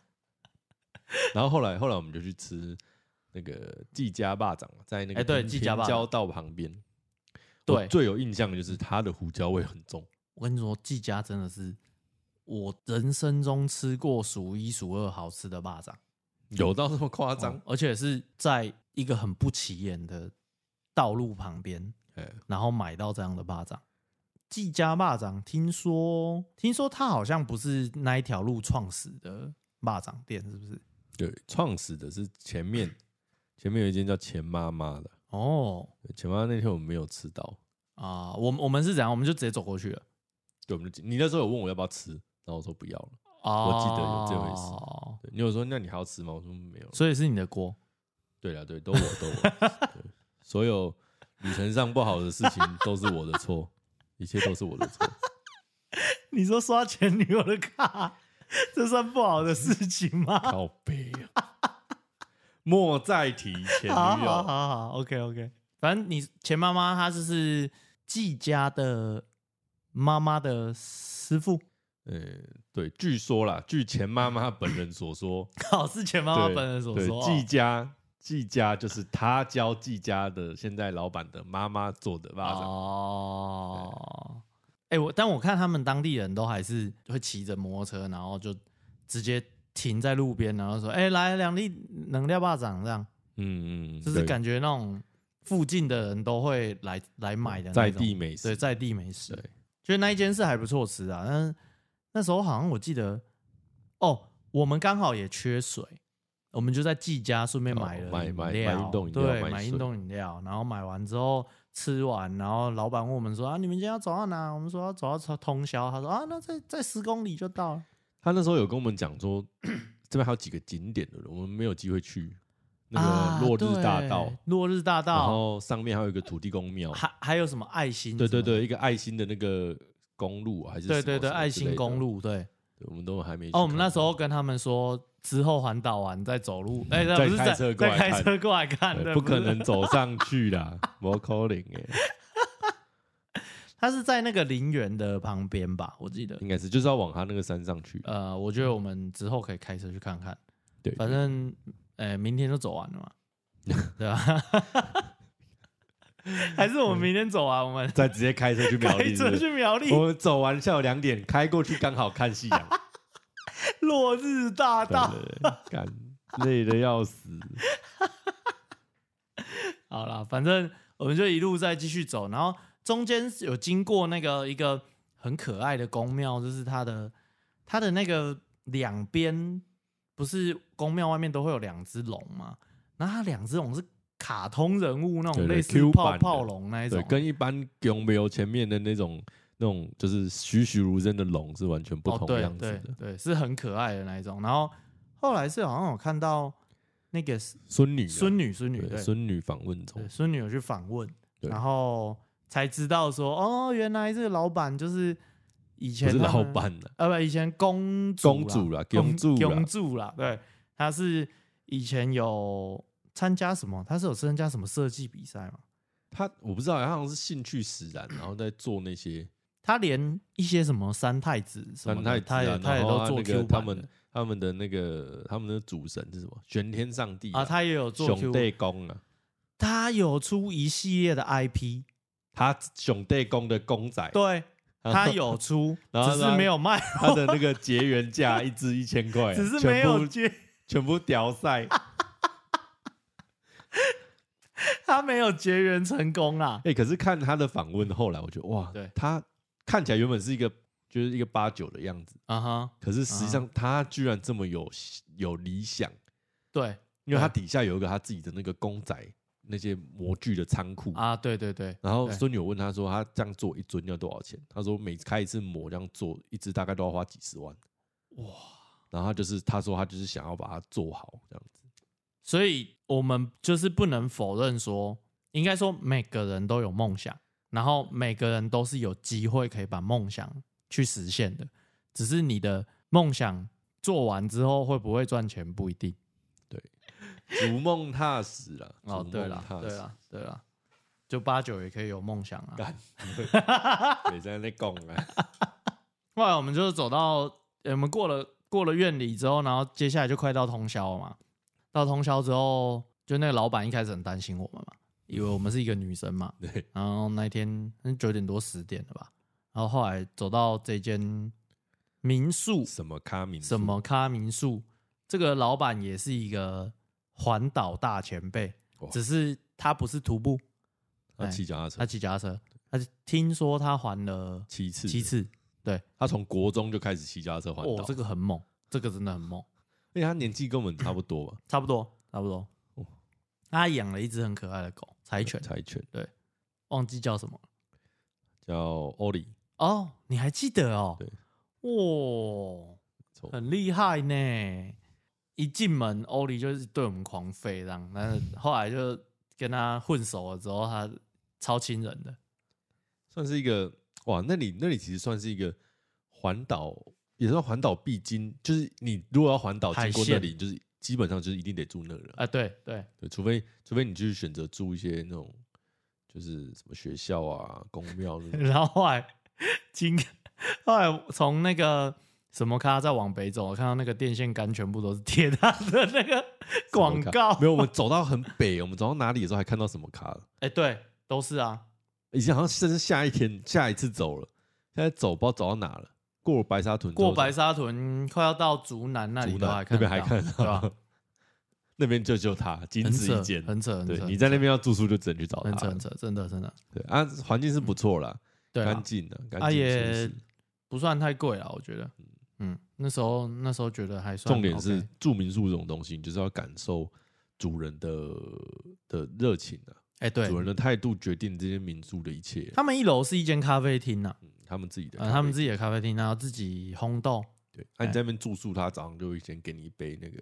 Speaker 2: 然后后来后来我们就去吃那个季家霸掌嘛，在那个
Speaker 1: 哎对
Speaker 2: 平
Speaker 1: 季家霸掌
Speaker 2: 平交道旁边。
Speaker 1: 对
Speaker 2: 我最有印象的就是它的胡椒味很重，
Speaker 1: 我跟你说，季家真的是我人生中吃过数一数二好吃的蚂蚱，
Speaker 2: 有到这么夸张
Speaker 1: 嗯哦？而且是在一个很不起眼的道路旁边，
Speaker 2: 哎，
Speaker 1: 然后买到这样的霸掌。季家霸掌，听说听说他好像不是那一条路创始的霸掌店，是不是？
Speaker 2: 对，创始的是前面前面有一间叫钱妈妈的，
Speaker 1: 哦
Speaker 2: 对钱妈妈那天我们没有吃到，
Speaker 1: 啊、我们我们是怎样？我们就直接走过去了。
Speaker 2: 对，我们就你那时候有问我要不要吃，然后我说不要了，
Speaker 1: 哦
Speaker 2: 我记得有这回事对你有说那你还要吃吗？我说没有了，
Speaker 1: 所以是你的锅。
Speaker 2: 对啊，对，都我，都我，对所有旅程上不好的事情都是我的错，一切都是我的错。
Speaker 1: 你说刷前女友的卡，这算不好的事情吗？
Speaker 2: 靠背啊！莫再提前
Speaker 1: 好
Speaker 2: 女
Speaker 1: 好
Speaker 2: 友，
Speaker 1: 好好，OK OK。反正你钱妈妈她就是季家的妈妈的师傅，
Speaker 2: 嗯，对，据说啦，据钱妈妈本人所说，
Speaker 1: 好是钱 妈妈
Speaker 2: 对
Speaker 1: 本人所
Speaker 2: 对
Speaker 1: 说。
Speaker 2: 季
Speaker 1: 哦
Speaker 2: 家季家就是他教季家的现在老板的妈妈做的巴掌，
Speaker 1: 哦，哎、我但我看他们当地人都还是会骑着摩托车，然后就直接停在路边，然后说：“哎、来两粒能量霸掌。”这样
Speaker 2: 嗯嗯，
Speaker 1: 就是
Speaker 2: 对
Speaker 1: 感觉那种附近的人都会来来买的那
Speaker 2: 在
Speaker 1: 种
Speaker 2: 地美食
Speaker 1: 对在地美食。
Speaker 2: 对，
Speaker 1: 就是那一间是还不错吃啊，但是那时候好像我记得，哦，我们刚好也缺水，我们就在季家顺便买
Speaker 2: 哦
Speaker 1: 了
Speaker 2: 买
Speaker 1: 饮
Speaker 2: 买
Speaker 1: 料
Speaker 2: 买运动饮料买
Speaker 1: 对，买
Speaker 2: 水
Speaker 1: 运动饮料，然后买完之后吃完，然后老板问我们说啊，你们今天要走到哪？我们说要走到通宵，他说啊，那在在十公里就到了。
Speaker 2: 他那时候有跟我们讲说， 这边还有几个景点的，我们没有机会去那个落日大道，
Speaker 1: 啊对落日大
Speaker 2: 然
Speaker 1: 道，
Speaker 2: 后上面还有一个土地公庙，
Speaker 1: 还还有什么爱心？
Speaker 2: 对对，对，一个爱心的那个公路啊还是
Speaker 1: 对
Speaker 2: 什么
Speaker 1: 对对，
Speaker 2: 什么
Speaker 1: 爱
Speaker 2: 之类
Speaker 1: 心
Speaker 2: 的
Speaker 1: 公，路，对。
Speaker 2: 对我们都还没去看
Speaker 1: 哦，我们那时候跟他们说，之后环岛完再走路，哎、那
Speaker 2: 嗯再
Speaker 1: 不是
Speaker 2: 开
Speaker 1: 在
Speaker 2: 车过来
Speaker 1: 再
Speaker 2: 看
Speaker 1: 开车过来看，
Speaker 2: 对
Speaker 1: 对
Speaker 2: 不可。
Speaker 1: 是
Speaker 2: 能走上去啦，摩可能哎，
Speaker 1: 他是在那个陵园的旁边吧？我记得
Speaker 2: 应，该是就是要往他那个山上去，啊
Speaker 1: 呃，我觉得我们之后可以开车去看看，
Speaker 2: 对，
Speaker 1: 反正，呃，明天就走完了 嘛，对吧？ 还是我们明天走啊完，我们
Speaker 2: 再直接开车去 苗
Speaker 1: 开
Speaker 2: 栗是
Speaker 1: 车
Speaker 2: 不是，
Speaker 1: 去苗栗
Speaker 2: 我们走完下午两点开过去，刚好看 夕阳，
Speaker 1: 落日大
Speaker 2: 对
Speaker 1: 道。
Speaker 2: 对对，干累的要死，
Speaker 1: 好啦，反正我们就一路再继续走，然后中间是有经过那个一个很可爱的宫庙，就是它的它的那个两边不是宫庙外面都会有两只龙嘛，然后它两只龙是卡通人物那
Speaker 2: 对
Speaker 1: 种
Speaker 2: 对
Speaker 1: 类似
Speaker 2: Q 版
Speaker 1: 泡泡
Speaker 2: 的
Speaker 1: 龙那一种哦
Speaker 2: 对，，跟一般永没有前面的那种那种就是栩栩如生的龙是完全不
Speaker 1: 哦
Speaker 2: 同
Speaker 1: 对
Speaker 2: 样子
Speaker 1: 对
Speaker 2: 的。
Speaker 1: 对，是很可爱的那一种。然后后来是好像有看到那个
Speaker 2: 孙女啊，
Speaker 1: 孙女孙女
Speaker 2: 对
Speaker 1: 对
Speaker 2: 孙女访问中
Speaker 1: 对，，孙女有去访问，
Speaker 2: 对
Speaker 1: 然后才知道说，哦，原来这个老板就是以
Speaker 2: 不
Speaker 1: 前
Speaker 2: 是
Speaker 1: 他
Speaker 2: 老
Speaker 1: 们，
Speaker 2: 板了。
Speaker 1: 呃，不，以前公主
Speaker 2: 公主啦公主啦
Speaker 1: 公主啦，对，她是以前有参加什么？她是有参加什么设计比赛吗？
Speaker 2: 他我不知道，他好像是兴趣使然，然后在做那些
Speaker 1: 他连一些什么三太子什么
Speaker 2: 三
Speaker 1: 的，
Speaker 2: 太子
Speaker 1: 他
Speaker 2: 啊
Speaker 1: 也，他也
Speaker 2: 然后
Speaker 1: 都做
Speaker 2: 那个
Speaker 1: Q
Speaker 2: 他
Speaker 1: 版的
Speaker 2: 们他们的那个他们的主神是什么？玄天上帝
Speaker 1: 啊，他也有做
Speaker 2: 熊
Speaker 1: Q，
Speaker 2: 对公啊，
Speaker 1: 他有出一系列的 IP，
Speaker 2: 他熊对公的公仔，
Speaker 1: 对 他有出，
Speaker 2: 然后
Speaker 1: 只是没有卖，
Speaker 2: 他的那个结缘价一只一千块 啊，
Speaker 1: 只是
Speaker 2: 全
Speaker 1: 没有
Speaker 2: 部
Speaker 1: 接，
Speaker 2: 全部屌晒。
Speaker 1: 他没有结缘成功啦。
Speaker 2: 哎、可是看他的访问，后来我觉得哇，
Speaker 1: 对
Speaker 2: 他看起来原本是一个就是一个八九的样子，
Speaker 1: 啊哈，
Speaker 2: 可是实际上他居然这么有有理想，
Speaker 1: 对
Speaker 2: 因为他底下有一个他自己的那个公仔那些模具的仓库。
Speaker 1: 啊，对对对，
Speaker 2: 然后
Speaker 1: 对
Speaker 2: 孙女有问他说，他这样做一尊要多少钱？他说每开一次模这样做一只大概都要花几十万。
Speaker 1: 哇！
Speaker 2: 然后他就是他说他就是想要把它做好这样子。
Speaker 1: 所以我们就是不能否认说，应该说每个人都有梦想，然后每个人都是有机会可以把梦想去实现的，只是你的梦想做完之后会不会赚钱不一定。
Speaker 2: 逐梦踏实了。
Speaker 1: 哦，
Speaker 2: 逐
Speaker 1: 对
Speaker 2: 梦
Speaker 1: 了，
Speaker 2: 踏
Speaker 1: 对
Speaker 2: 实，
Speaker 1: 了，对了，就八九也可以有梦想啊。
Speaker 2: 干， 对，在那讲啊，
Speaker 1: 后来我们就走到，呃我们过了过了院里之后，然后接下来就快到通宵了嘛。到通宵之后，就那个老板一开始很担心我们嘛，以为我们是一个女生嘛。
Speaker 2: 对，
Speaker 1: 然后那一天嗯九点多十点了吧，然后后来走到这间民宿，
Speaker 2: 什么咖明
Speaker 1: 什么咖民宿，这个老板也是一个环岛大前辈
Speaker 2: 哇，
Speaker 1: 只是他不是徒步，
Speaker 2: 他骑脚踏车
Speaker 1: 哎他骑脚踏车，他就听说他环了
Speaker 2: 七次，
Speaker 1: 七，次，对，
Speaker 2: 他从国中就开始骑脚踏车环岛，
Speaker 1: 哦，这个很猛，这个真的很猛，
Speaker 2: 因为他年纪跟我们差不多吧，
Speaker 1: 差不多，差不多
Speaker 2: 哦。
Speaker 1: 他养了一只很可爱的狗，柴犬，
Speaker 2: 柴犬
Speaker 1: 忘记叫什么了
Speaker 2: 叫欧里，
Speaker 1: 哦，你还记得哦？
Speaker 2: 对，
Speaker 1: 哇、
Speaker 2: 错
Speaker 1: 很厉害呢！一进门，欧里就是对我们狂吠这样，但是后来就跟他混熟了之后，他超亲人的。
Speaker 2: 算是一个哇，那里那里其实算是一个环岛，也算环岛必经，就是你如果要环岛
Speaker 1: 海
Speaker 2: 经过那
Speaker 1: 线
Speaker 2: 里，就是基本上就是一定得住那了，
Speaker 1: 啊，对对，
Speaker 2: 对，除非除非你就是选择住一些那种。就是什么学校啊、公庙 那种，
Speaker 1: 然后后来经， 后来从那个什么咖再往北走，我看到那个电线杆全部都是贴他的那个广告。
Speaker 2: 没有，我们走到很北，我们走到哪里的时候还看到什么卡了？
Speaker 1: 哎、对，都是啊。
Speaker 2: 已经好像甚至下一天下一次走了，现在走不知道走到哪了，过了白沙屯之后，
Speaker 1: 过白沙屯快要到竹南那里
Speaker 2: 竹
Speaker 1: 都
Speaker 2: 南
Speaker 1: 还看
Speaker 2: 那
Speaker 1: 得
Speaker 2: 边
Speaker 1: 到，
Speaker 2: 还看得
Speaker 1: 对吧、
Speaker 2: 到， 那边就只有他，仅
Speaker 1: 很
Speaker 2: 此
Speaker 1: 扯
Speaker 2: 一，间。
Speaker 1: 很扯，很
Speaker 2: 对
Speaker 1: 扯，
Speaker 2: 你在那边要住宿就只能去找
Speaker 1: 很扯，
Speaker 2: 他
Speaker 1: 很。扯，真的真的，
Speaker 2: 对啊，环境是不错啦，
Speaker 1: 对啊
Speaker 2: 干，净的，干
Speaker 1: 啊
Speaker 2: 净
Speaker 1: 也
Speaker 2: 舒适。
Speaker 1: 不算太贵啊，我觉得，嗯，那时候那时候觉得还算 OK。
Speaker 2: 重点是住民宿这种东西，你就是要感受主人的的热情啊，
Speaker 1: 哎、对
Speaker 2: 主，人的态度决定这些民宿的一切。
Speaker 1: 他们一楼是一间咖啡厅呐、啊
Speaker 2: 嗯他们自己的咖啡，
Speaker 1: 呃他们自己的咖啡厅，然后自己烘豆，
Speaker 2: 对。啊，你在那边住宿，他早上就会先给你一杯那个，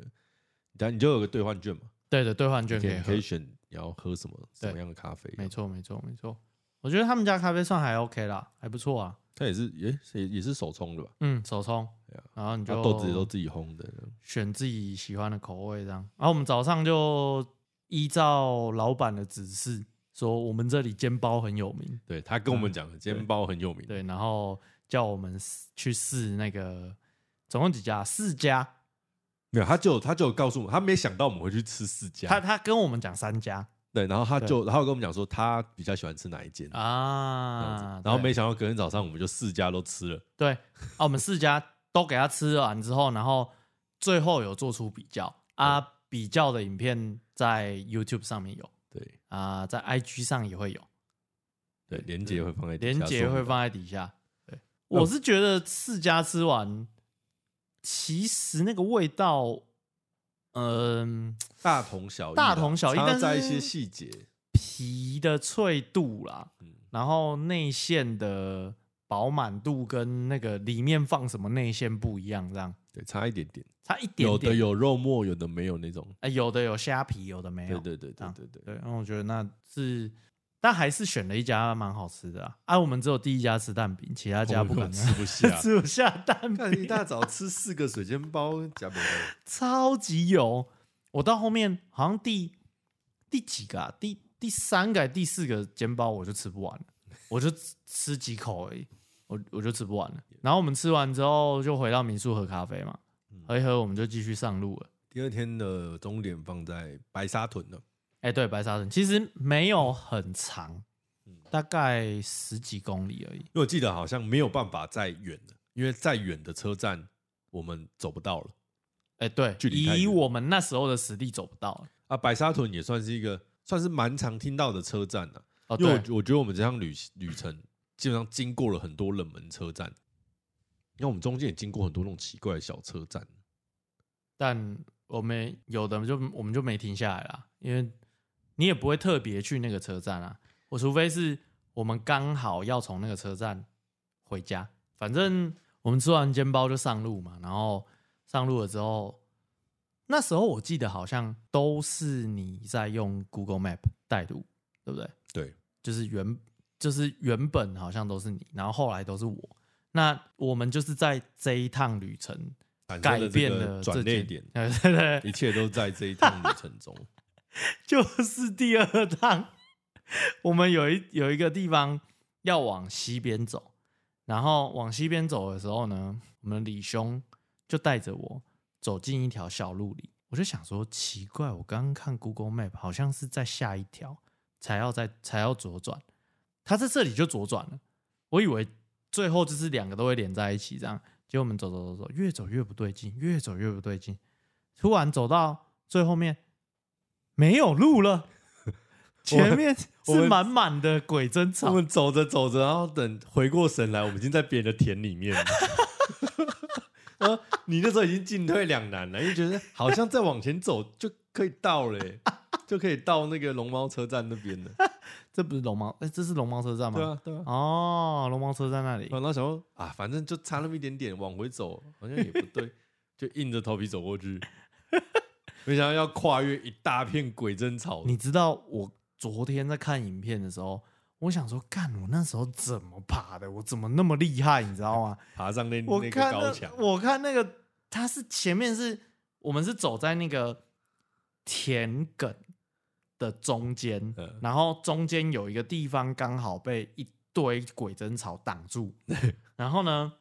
Speaker 2: 然后你就有个兑换券嘛。
Speaker 1: 对的，兑换券
Speaker 2: 可
Speaker 1: 可
Speaker 2: 以
Speaker 1: 以
Speaker 2: 可以
Speaker 1: 喝，
Speaker 2: 选你要喝什么什
Speaker 1: 对
Speaker 2: 么样的咖啡，啊
Speaker 1: 没，错没错没错，我觉得他们家咖啡算还 OK 啦，还不错啊，
Speaker 2: 它也是也也也是手冲的吧，
Speaker 1: 嗯，手冲
Speaker 2: 对啊，
Speaker 1: 然后你
Speaker 2: 它
Speaker 1: 就
Speaker 2: 豆子也都自己烘的，
Speaker 1: 选自己喜欢的口味这样，然后我们早上就依照老板的指示，说我们这里煎包很有名，
Speaker 2: 对他跟我们讲的煎包很有名，
Speaker 1: 嗯对，然后叫我们去试那个，总共几家？四家。
Speaker 2: 没有他就他就有告诉我们，他没想到我们会去吃四
Speaker 1: 他
Speaker 2: 家，
Speaker 1: 他跟我们讲三家
Speaker 2: 对，然后他就然后跟我们讲说他比较喜欢吃哪一间这样子
Speaker 1: 啊，
Speaker 2: 啊然后
Speaker 1: 对
Speaker 2: 没想到隔天早上我们就四家都吃了，
Speaker 1: 对啊，我们四家都给他吃完之后，然后最后有做出比较啊，比较的影片在 YouTube 上面有
Speaker 2: 对
Speaker 1: 啊，在 IG 上也会有，
Speaker 2: 对，连接会放在底
Speaker 1: 连
Speaker 2: 下
Speaker 1: 接
Speaker 2: 说
Speaker 1: 会
Speaker 2: 明
Speaker 1: 放在底下。对，
Speaker 2: 那
Speaker 1: 我是觉得四家吃完，其实那个味道，嗯、
Speaker 2: 大同小异啦，
Speaker 1: 大同小异
Speaker 2: 差
Speaker 1: 但是
Speaker 2: 在一些细节，
Speaker 1: 皮的脆度啦，
Speaker 2: 嗯
Speaker 1: 然后内馅的饱满度跟那个里面放什么内馅不一样，这样
Speaker 2: 对，差一点点，
Speaker 1: 差一点
Speaker 2: 有
Speaker 1: 点。
Speaker 2: 的有肉末，有的没有那种，
Speaker 1: 哎有的有虾皮，有的没
Speaker 2: 对
Speaker 1: 有。
Speaker 2: 对对对
Speaker 1: 啊
Speaker 2: 对对，
Speaker 1: 对，然后我觉得那是，但还是选了一家蛮好吃的啊。啊，我们只有第一家吃蛋饼，其他家不
Speaker 2: 我
Speaker 1: 敢
Speaker 2: 们根本吃不 下，
Speaker 1: 吃不下蛋
Speaker 2: 看一
Speaker 1: 饼，
Speaker 2: 大早吃四个水煎包，加不
Speaker 1: 超级油。我到后面好像第第几个啊？第第三个还第四个煎包我就吃不完了，我就吃吃几口而已，我我就吃不完了。然后我们吃完之后就回到民宿喝咖啡嘛，
Speaker 2: 嗯
Speaker 1: 喝一喝我们就继续上路了。
Speaker 2: 第二天的终点放在白沙屯了，
Speaker 1: 哎、对，白沙屯其实没有很长，
Speaker 2: 嗯
Speaker 1: 大概十几公里而已。
Speaker 2: 因为我记得好像没有办法再远了，因为再远的车站我们走不到了。
Speaker 1: 哎、对
Speaker 2: 距，离太
Speaker 1: 以
Speaker 2: 远
Speaker 1: 我们那时候的实力走不到。
Speaker 2: 啊，白沙屯也算是一个算是蛮常听到的车站了、
Speaker 1: 哦，
Speaker 2: 因为
Speaker 1: 对
Speaker 2: 我，觉我觉得我们这趟旅旅程基本上经过了很多冷门车站，因为我们中间也经过很多那种奇怪的小车站，
Speaker 1: 但我们有的就我们就没停下来啦，因为你也不会特别去那个车站啊。我除非是我们刚好要从那个车站回家，反正我们吃完煎包就上路嘛。然后上路了之后，那时候我记得好像都是你在用 Google Map 带路，对不对？
Speaker 2: 对，
Speaker 1: 就是原就是原本好像都是你，然后后来都是我。那我们就是在这一趟旅程
Speaker 2: 产生
Speaker 1: 改
Speaker 2: 了这
Speaker 1: 变
Speaker 2: 个
Speaker 1: 了这
Speaker 2: 转捩
Speaker 1: 件，
Speaker 2: 点
Speaker 1: 呃 对对对，
Speaker 2: 一切都在这一趟旅程中。
Speaker 1: 就是第二趟， 我们有一有一个地方要往西边走，然后往西边走的时候呢，我们李兄就带着我走进一条小路里，我就想说奇怪，我刚刚看 Google Map 好像是在下一条才要在才要左转，他在这里就左转了，我以为最后就是两个都会连在一起这样，结果我们走走走走，越走越不对劲，越走越不对劲，突然走到最后面没有路了，前面
Speaker 2: 我们
Speaker 1: 是满满的鬼针
Speaker 2: 我
Speaker 1: 草，
Speaker 2: 们走着走着，然后等回过神来，我们已经在别人的田里 面了。啊，你那时候已经进退两难了，因为觉得好像再往前走就可以到了 欸、就可以到那个龙猫车站那边了。
Speaker 1: 这不是龙猫，哎、这是龙猫车站吗？
Speaker 2: 对啊，对啊。
Speaker 1: 哦，龙猫车站那里
Speaker 2: 然，后想说啊，反正就差那么一点点，往回走好像也不对，就硬着头皮走过 去。没想到要跨越一大片鬼针草，
Speaker 1: 你知道我昨天在看影片的时候，我想说，干，我那时候怎么爬的？我怎么那么厉害？你知道吗？
Speaker 2: 爬上那
Speaker 1: 我
Speaker 2: 那个
Speaker 1: 看
Speaker 2: 高
Speaker 1: 那
Speaker 2: 墙，
Speaker 1: 我看那个，它是前面是我们是走在那个田埂的中间，
Speaker 2: 嗯
Speaker 1: 然后中间有一个地方刚好被一堆鬼针草挡 住，然后呢，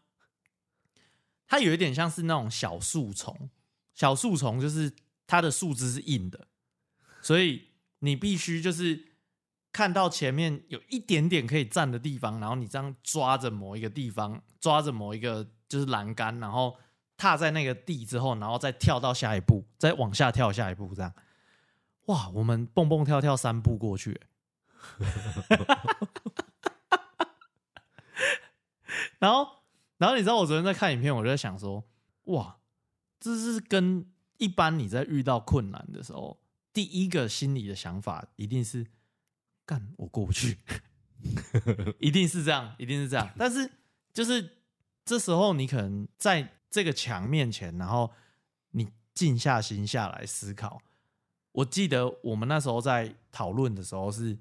Speaker 1: 它有一点像是那种小树丛，小树丛就是它的树枝是硬的，所以你必须就是看到前面有一点点可以站的地方，然后你这样抓着某一个地方，抓着某一个就是栏杆，然后踏在那个地之后，然后再跳到下一步，再往下跳下一步，这样。哇，我们蹦蹦跳跳三步过去、然后，然后你知道我昨天在看影片，我就在想说，哇，这是跟一般你在遇到困难的时候，第一个心里的想法一定是，干我过不去， 一定是这样，一定是这样。但是就是这时候你可能在这个墙面前，然后你静下心下来思考。我记得我们那时候在讨论的时候是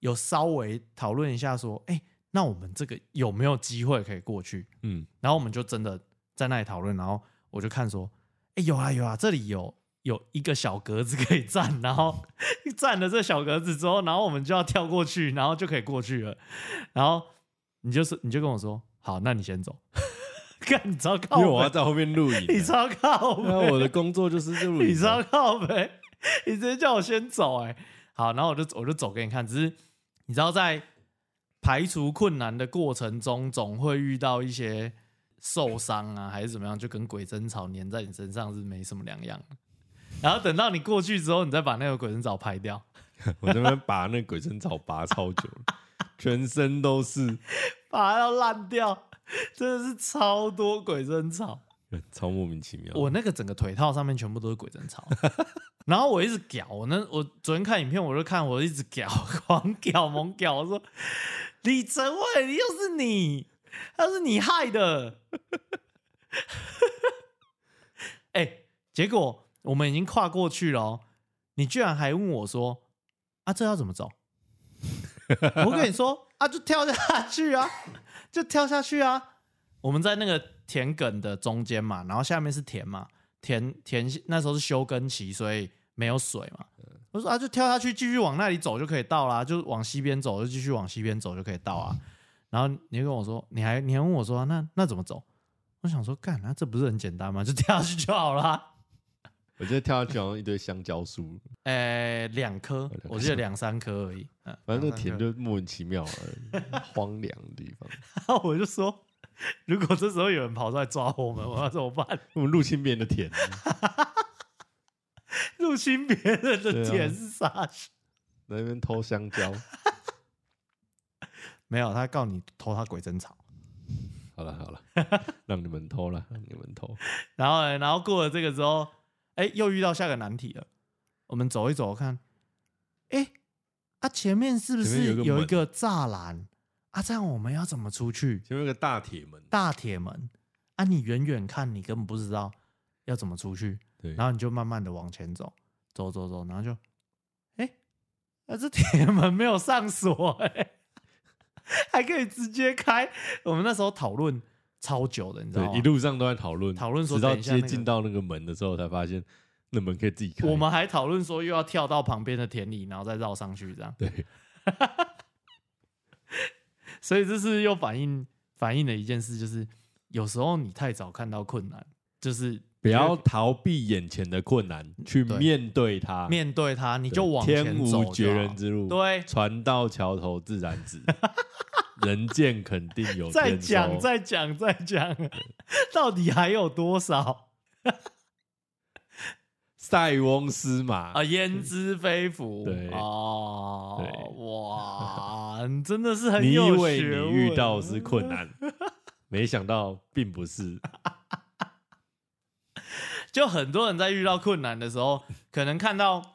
Speaker 1: 有稍微讨论一下说，哎、那我们这个有没有机会可以过去？
Speaker 2: 嗯，
Speaker 1: 然后我们就真的在那里讨论，然后我就看说，哎、有啊有啊，这里有有一个小格子可以站，然后 站了这小格子之后，然后我们就要跳过去，然后就可以过去了。然后你就是你就跟我说，好，那你先走， 干你超靠
Speaker 2: 因
Speaker 1: 北，
Speaker 2: 为我要在后面录影啊。
Speaker 1: 哦你超靠北，
Speaker 2: 那我的工作就是录
Speaker 1: 你
Speaker 2: 影
Speaker 1: 知道
Speaker 2: 啊，
Speaker 1: 靠北，你直接叫我先走哎、好，然后我就我就走给你看，只是你知道在排除困难的过程中，总会遇到一些受伤啊，还是怎么样，就跟鬼针草粘在你身上是没什么两样。然后等到你过去之后，你再把那个鬼针草排掉。
Speaker 2: 我这边拔那鬼针草拔超久了，全身都是，
Speaker 1: 把它要烂掉，真的是超多鬼针草。
Speaker 2: 嗯超莫名其妙。
Speaker 1: 我那个整个腿套上面全部都是鬼针草，然后我一直屌，我那我昨天看影片我就看，我一直屌， 狂屌猛屌，我说李晨伟，你又是你，他是你害的。哎、结果我们已经跨过去了、哦，你居然还问我说啊，这要怎么走？ 我跟你说啊，就跳下去啊，就跳下去啊。我们在那个田埂的中间嘛，然后下面是田嘛，田田那时候是休耕期，所以没有水嘛。我说啊，就跳下去，继续往那里走就可以到啦，就往西边走，就继续往西边走就可以到啊。然后你就跟我说，你还你还问我说、啊那那怎么走？我想说，干，那这不是很简单吗？就跳下去就好啦。
Speaker 2: 我觉得跳下去好像一堆香蕉树，
Speaker 1: 诶、呃两颗
Speaker 2: 哦两，颗
Speaker 1: 我记得两三颗而已。 嗯，
Speaker 2: 反正
Speaker 1: 两
Speaker 2: 那个
Speaker 1: 三颗，
Speaker 2: 田就莫名其妙啊，荒凉的地方。
Speaker 1: 我就说，如果这时候有人跑出来抓我们，我要怎么办？
Speaker 2: 我们入侵别人的田，
Speaker 1: 入侵别人的
Speaker 2: 对啊
Speaker 1: 田是啥事？
Speaker 2: 在那边偷香蕉。
Speaker 1: 没有，他告你偷他鬼针草。
Speaker 2: 好了好了，让你们偷了，让你们偷。
Speaker 1: 然后呢，然后过了这个之后，哎，又遇到下个难题了。我们走一走看，哎，啊，前面是不
Speaker 2: 前面有
Speaker 1: 是
Speaker 2: 一个
Speaker 1: 有一
Speaker 2: 门
Speaker 1: 个栅栏啊？这样我们要怎么出去？
Speaker 5: 前面有个大铁门，
Speaker 1: 大铁门啊，你远远看，你根本不知道要怎么出去，
Speaker 2: 对
Speaker 1: 然后你就慢慢的往前走，走走走，然后就，哎，啊，这铁门没有上锁、哎， 还可以直接开。我们那时候讨论超久的，你知道吗？
Speaker 2: 对，一路上都在讨论，
Speaker 1: 讨论说
Speaker 2: 直到
Speaker 1: 等一下那
Speaker 2: 接
Speaker 1: 个
Speaker 2: 近到那个门的时候，才发现那门可以自己开。
Speaker 1: 我们还讨论说又要跳到旁边的田里，然后再绕上去这样。
Speaker 2: 对，
Speaker 1: 所以这是又反映反映了一件事，就是有时候你太早看到困难，就是
Speaker 2: 不要逃避眼前的困难，去
Speaker 1: 嗯对
Speaker 2: 面对它，
Speaker 1: 面对它，你
Speaker 2: 对
Speaker 1: 就往前
Speaker 2: 天
Speaker 1: 走
Speaker 2: 无
Speaker 1: 就
Speaker 2: 绝
Speaker 1: 好
Speaker 2: 人之路，
Speaker 1: 对
Speaker 2: 船到桥头自然直，人见肯定 有
Speaker 1: 再
Speaker 2: 天收
Speaker 1: 讲，再讲，再讲， 到底还有多少
Speaker 2: 塞翁失马
Speaker 1: 啊？焉知非福？
Speaker 2: 对
Speaker 1: 哦，
Speaker 2: 对
Speaker 1: 啊哇，你真的是很
Speaker 2: 你以
Speaker 1: 有
Speaker 2: 为
Speaker 1: 学
Speaker 2: 你遇
Speaker 1: 问
Speaker 2: 到的是困 难，没想到并不是。
Speaker 1: 就很多人在遇到困难的时候，可能看到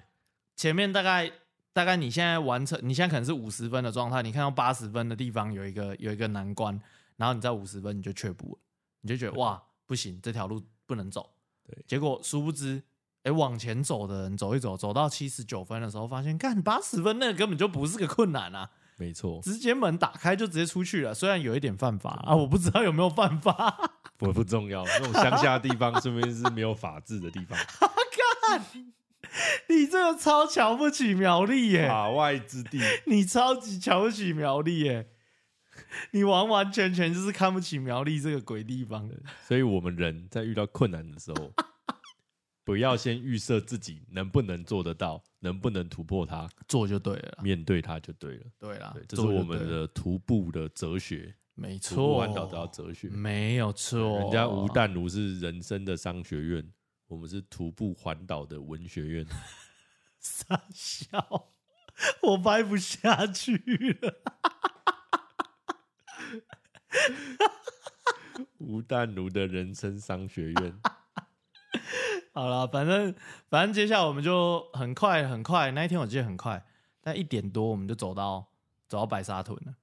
Speaker 1: 前面大概大概你现在完成，你现在可能是五十分的状态，你看到八十分的地方有一个有一个难关，然后你在五十分你就却步了，你就觉得哇不行，这条路不能走。
Speaker 2: 对
Speaker 1: 结果殊不知，哎、往前走的人走一走，走到七十九分的时候，发现干八十分那个根本就不是个困难啊，
Speaker 2: 没错，
Speaker 1: 直接门打开就直接出去了。虽然有一点犯法啊，我不知道有没有犯法。
Speaker 2: 不不重要。那种乡下地方，说明是没有法治的 地方。
Speaker 1: 你这个超瞧不起苗栗耶、
Speaker 2: 法外之地，
Speaker 1: 你超级瞧不起苗栗耶、你完完全全就是看不起苗栗这个鬼地方。
Speaker 2: 所以我们人在遇到困难的时 候，不要先预设自己能不能做得到，能不能突破它，
Speaker 1: 做就对了啦，
Speaker 2: 面对它就对了。
Speaker 1: 对啦
Speaker 2: 啊对，，这是
Speaker 1: 做就
Speaker 2: 我们
Speaker 1: 对了，
Speaker 2: 的徒步的哲学，
Speaker 1: 没
Speaker 2: 徒步
Speaker 1: 错。
Speaker 2: 环岛的哲学。
Speaker 1: 没有错，
Speaker 2: 人家吴 淡如是人生的商学院，我们是徒步环岛的文学院。
Speaker 1: 傻笑，我掰不下去了。
Speaker 2: 吴淡如的人生商学院，
Speaker 1: 好了，反正反正接下来我们就很快很快，那一天我记得很快，但一点多我们就走到走到白沙屯了，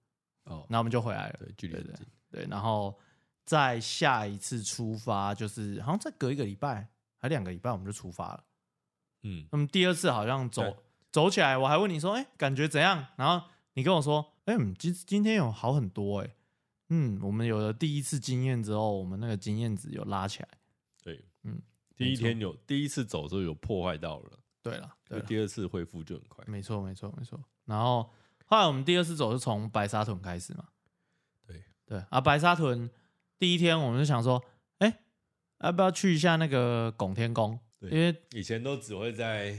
Speaker 2: 哦，
Speaker 1: 那我们就回来了。
Speaker 2: 对，距离
Speaker 1: 对
Speaker 2: 很
Speaker 1: 对
Speaker 2: 近，
Speaker 1: 对，然后再下一次出发，就是好像再隔一个礼拜还两个礼拜，我们就出发了。
Speaker 2: 嗯，
Speaker 1: 那么第二次好像走
Speaker 2: 对
Speaker 1: 走起来，我还问你说，哎、感觉怎样？然后你跟我说，哎、嗯今今天有好很多、哎，嗯，我们有了第一次经验之后，我们那个经验值有拉起来。
Speaker 2: 对，
Speaker 1: 嗯
Speaker 2: 嗯，第
Speaker 1: 没
Speaker 2: 一
Speaker 1: 错
Speaker 2: 天有第一次走的时候有破坏到了，
Speaker 1: 对了，对
Speaker 2: 就
Speaker 1: 了，
Speaker 2: 第二次恢复就很快。
Speaker 1: 没错，没错，没错。然后后来我们第二次走是从白沙屯开始嘛？
Speaker 2: 对
Speaker 1: 对啊，白沙屯第一天我们就想说，哎、要不要去一下那个拱天宫？
Speaker 2: 对
Speaker 1: 因为
Speaker 2: 以前都只会在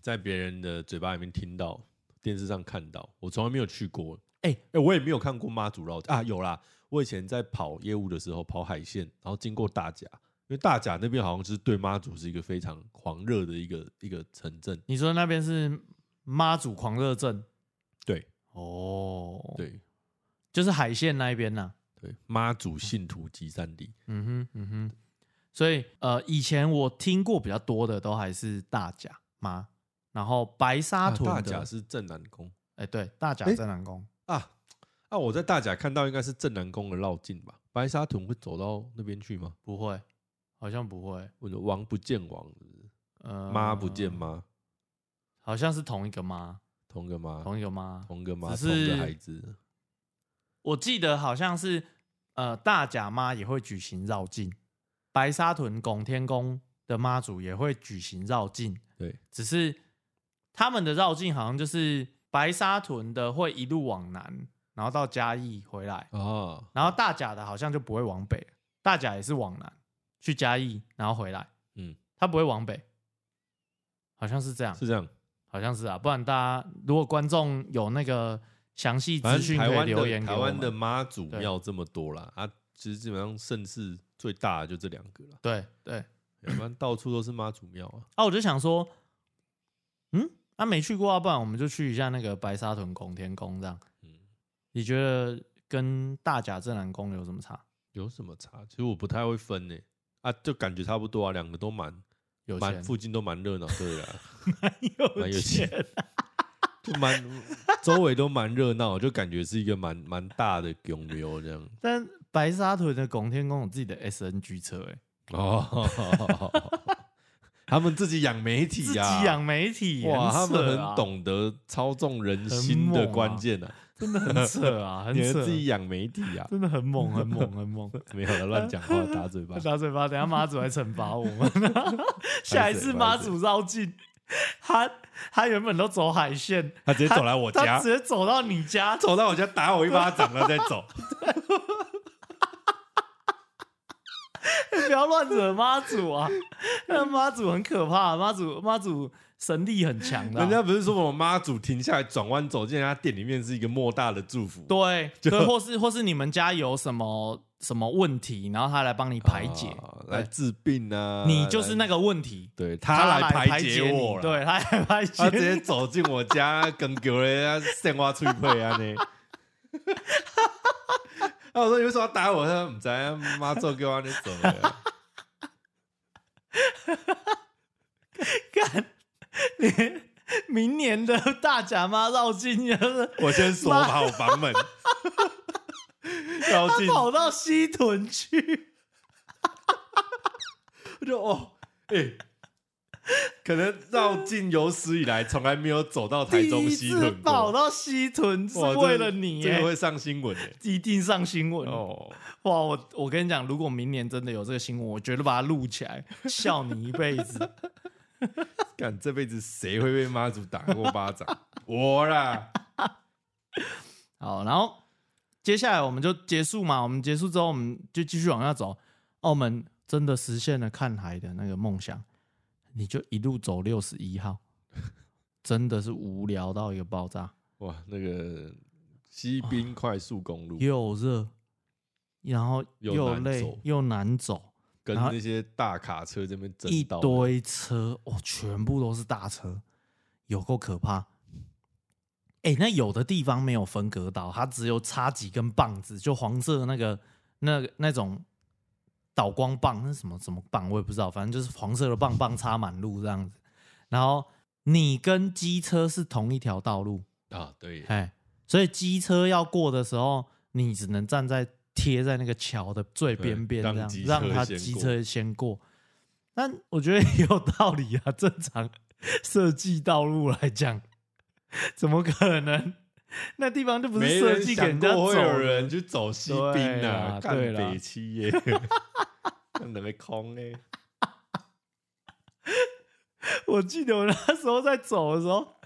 Speaker 2: 在别人的嘴巴里面听到，电视上看到，我从来没有去过。
Speaker 1: 哎
Speaker 2: 哎、我也没有看过妈祖绕境啊，有啦。我以前在跑业务的时候，跑海线，然后经过大甲，因为大甲那边好像是对妈祖是一个非常狂热的一个一个城镇。
Speaker 1: 你说那边是妈祖狂热症
Speaker 2: 对
Speaker 1: 哦，，
Speaker 2: 对
Speaker 1: 就是海线那一边呐、
Speaker 2: 对，妈祖信徒集散地。
Speaker 1: 嗯哼，嗯哼。所以呃，以前我听过比较多的都还是大甲妈，然后白沙
Speaker 2: 啊
Speaker 1: 屯的，
Speaker 2: 大甲是镇南宫
Speaker 1: 哎、对，大甲
Speaker 2: 哎
Speaker 1: 在南宫。
Speaker 2: 啊啊！我在大甲看到应该是镇南宫的绕境吧？白沙屯会走到那边去吗？
Speaker 1: 不会，好像不会。
Speaker 2: 我说王不见王，
Speaker 1: 呃，
Speaker 2: 妈不见，妈，
Speaker 1: 好像是同一个妈，
Speaker 2: 同个妈，
Speaker 1: 同一个妈。
Speaker 2: 嗯同个妈，
Speaker 1: 只
Speaker 2: 同
Speaker 1: 是
Speaker 2: 个孩子，
Speaker 1: 我记得好像是呃，大甲妈也会举行绕境，白沙屯拱天宫的妈祖也会举行绕境，
Speaker 2: 对，
Speaker 1: 只是他们的绕境好像就是白沙屯的会一路往南，然后到嘉义回来，
Speaker 2: 啊，
Speaker 1: 然后大甲的好像就不会往北，大甲也是往南去嘉义，然后回来，
Speaker 2: 嗯，
Speaker 1: 他不会往北，好像是这样，
Speaker 2: 是这样。
Speaker 1: 好像是啊，不然大家如果观众有那个详细
Speaker 2: 反
Speaker 1: 资
Speaker 2: 正
Speaker 1: 讯
Speaker 2: 台
Speaker 1: 可以
Speaker 2: 湾
Speaker 1: 留言
Speaker 2: 的
Speaker 1: 给
Speaker 2: 台
Speaker 1: 我
Speaker 2: 湾
Speaker 1: 们
Speaker 2: 的妈祖
Speaker 1: 对
Speaker 2: 庙这么多啦，啊，其实基本上盛世最大的就这两个了，
Speaker 1: 对对，
Speaker 2: 要不然到处都是妈祖庙啊。
Speaker 1: 啊，我就想说，嗯，啊没去过啊，不然我们就去一下那个白沙屯拱天宫这样。
Speaker 2: 嗯，
Speaker 1: 你觉得跟大甲镇南宫有什么差？
Speaker 2: 有什么差？其实我不太会分呢、啊，就感觉差不多啊，两个都蛮
Speaker 1: 有
Speaker 2: 蛮
Speaker 1: 钱，
Speaker 2: 附近都蛮热闹，对啊，
Speaker 1: 有
Speaker 2: 蛮有钱，就蛮周围都蛮热闹，就感觉是一个蛮蛮大的涌流这样。
Speaker 1: 但白沙屯的拱天宫有自己的 SNG 车、欸，
Speaker 2: 哦，他们自己养媒体
Speaker 1: 自
Speaker 2: 呀、
Speaker 1: 己养媒体，
Speaker 2: 啊哇，他
Speaker 1: 很
Speaker 2: 们
Speaker 1: 扯啊
Speaker 2: 很，懂得操纵人心的关键啊，
Speaker 1: 真的很扯啊，很
Speaker 2: 你还
Speaker 1: 扯，
Speaker 2: 自己养媒体啊，
Speaker 1: 真的很猛，很猛，很猛。
Speaker 2: 没有了，乱讲话，打 嘴巴。
Speaker 1: 打嘴巴，等下妈祖来惩罚我 们。下一次妈祖绕境，他他原本都走海线，
Speaker 2: 他直接走来我
Speaker 1: 他
Speaker 2: 家，
Speaker 1: 直接走到你家，
Speaker 2: 走到我家打我一巴掌，然后再 走。
Speaker 1: 不要乱惹妈祖啊！那妈祖很可怕，妈祖妈祖神力很强的啊、
Speaker 2: 人家不是说我妈祖停下来转弯走进人家店里面是一个莫大的祝福，
Speaker 1: 对对，或是或是你们家有什么什么问题，然后他来帮你排解，
Speaker 2: 啊来治病啊。
Speaker 1: 你就是那
Speaker 2: 个，
Speaker 1: 个问题，
Speaker 2: 对
Speaker 1: 他
Speaker 2: 他来
Speaker 1: 排
Speaker 2: 排解
Speaker 1: 你
Speaker 2: 我啦，
Speaker 1: 对，他来排解
Speaker 2: 他直
Speaker 1: 你，
Speaker 2: 接走进我家，跟狗人家鲜花脆配啊 呢。啊！我说你为什么要打我？他说不知道妈做给我你走了。
Speaker 1: 明年的大甲妈绕境就是
Speaker 2: 我先锁好房门，然后
Speaker 1: 他
Speaker 2: 进
Speaker 1: 跑到西屯去，
Speaker 2: 我就哦，哎、可能绕境有史以来从来没有走到台
Speaker 1: 第
Speaker 2: 中
Speaker 1: 一
Speaker 2: 西
Speaker 1: 次
Speaker 2: 屯
Speaker 1: 跑
Speaker 2: 过，
Speaker 1: 到西屯是
Speaker 2: 哇
Speaker 1: 为
Speaker 2: 这
Speaker 1: 了你
Speaker 2: 这
Speaker 1: 耶
Speaker 2: 个会上新 闻哎、
Speaker 1: 一定上新闻
Speaker 2: 哦，
Speaker 1: 哇，我我跟你讲，如果明年真的有这个新闻，我绝对把它录起来，笑你一辈子。
Speaker 2: 看这辈子谁会被妈祖打过巴掌？我啦，
Speaker 1: 好，然后接下来我们就结束嘛，我们结束之后，我们就继续往下走。澳门真的实现了看海的那个梦想，你就一路走六十一号，真的是无聊到一个爆炸，
Speaker 2: 哇，那个西滨快速公路
Speaker 1: 又热，然后
Speaker 2: 又
Speaker 1: 又
Speaker 2: 难
Speaker 1: 累
Speaker 2: 走
Speaker 1: 又难走，
Speaker 2: 跟
Speaker 1: 然后
Speaker 2: 那些大卡车这边争
Speaker 1: 啊一
Speaker 2: 道，
Speaker 1: 堆车，哦，全部都是大车，有够可怕。哎、那有的地方没有分隔岛，它只有插几根棒子，就黄色的那个那个那种导光棒，那是什么什么棒我也不知道，反正就是黄色的棒棒插满路这样子。然后你跟机车是同一条道路，
Speaker 2: 啊，对，
Speaker 1: 哎，所以机车要过的时候，你只能站在贴在那个桥的最边边，
Speaker 2: 对
Speaker 1: 这样
Speaker 2: 让机车
Speaker 1: 让他
Speaker 2: 先
Speaker 1: 机
Speaker 2: 过
Speaker 1: 车先过。但我觉得也有道理啊， 正常设计道路来讲，怎么可能？那地方就不
Speaker 2: 没
Speaker 1: 是设计给
Speaker 2: 人
Speaker 1: 家
Speaker 2: 想
Speaker 1: 走
Speaker 2: 过会有
Speaker 1: 的。
Speaker 2: 人去走西滨
Speaker 1: 对啦
Speaker 2: 啊，干
Speaker 1: 对啦
Speaker 2: 北七耶，干两个空哎，
Speaker 1: 我记得我那时候在走的时候，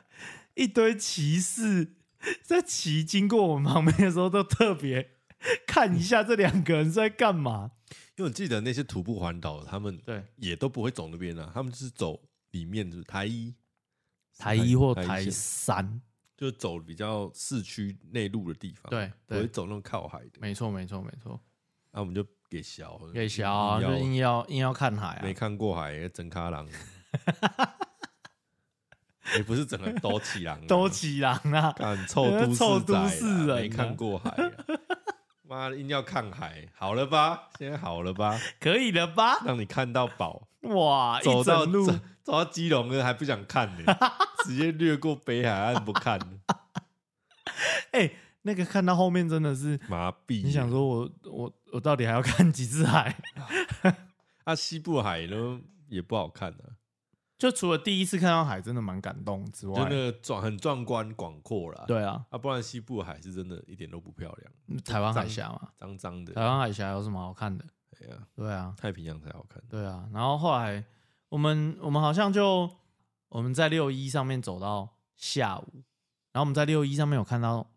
Speaker 1: 一堆骑士在骑经过我们旁边的时候，都特别 看一下这两个人在干嘛。
Speaker 2: 因为我记得那些徒步环岛，他们
Speaker 1: 对，
Speaker 2: 也都不会走那边啊，他们就是走里面，就是台一、
Speaker 1: 台一或台
Speaker 2: 线
Speaker 1: 三，
Speaker 2: 就是走比较市区内陆的地方，
Speaker 1: 对
Speaker 2: 不会
Speaker 1: 对
Speaker 2: 走那种靠海的。
Speaker 1: 没错没错没错，
Speaker 2: 那、我们就给小了
Speaker 1: 给小啊
Speaker 2: 硬
Speaker 1: 就
Speaker 2: 要
Speaker 1: 硬要硬要看海啊
Speaker 2: 没，看过海，整卡郎，也不是整个都起郎啊，
Speaker 1: 都起狼啊，
Speaker 2: 干臭都市
Speaker 1: 臭
Speaker 2: 仔
Speaker 1: 都市人啊
Speaker 2: 啦没看过 海啊，妈的硬要看海，好了吧？现在好了 吧？
Speaker 1: 可以了吧？
Speaker 2: 让你看到宝，
Speaker 1: 哇，
Speaker 2: 走
Speaker 1: 啊一
Speaker 2: 到
Speaker 1: 整
Speaker 2: 走
Speaker 1: 路
Speaker 2: 走到基隆了还不想看 呢、直接掠过北海岸不看了，
Speaker 1: 哎，那个看到后面真的是，
Speaker 2: 麻痹。
Speaker 1: 你想说我我我到底还要看几次海？
Speaker 2: 啊，西部海呢也不好看啊，
Speaker 1: 就除了第一次看到海真的蛮感动之
Speaker 2: 真
Speaker 1: 外，
Speaker 2: 的壮很壮观广阔啦。
Speaker 1: 对啊，
Speaker 2: 啊，不然西部海是真的一点都不漂亮，
Speaker 1: 台湾海峡嘛，
Speaker 2: 脏脏
Speaker 1: 台
Speaker 2: 的。
Speaker 1: 湾海峡有什么好看的？
Speaker 2: 哎呀，
Speaker 1: 对啊，
Speaker 2: 太平洋才好看。
Speaker 1: 对啊，然后后来我们我们好像就我们在六一上面走到下午，然后我们在六一上面有看到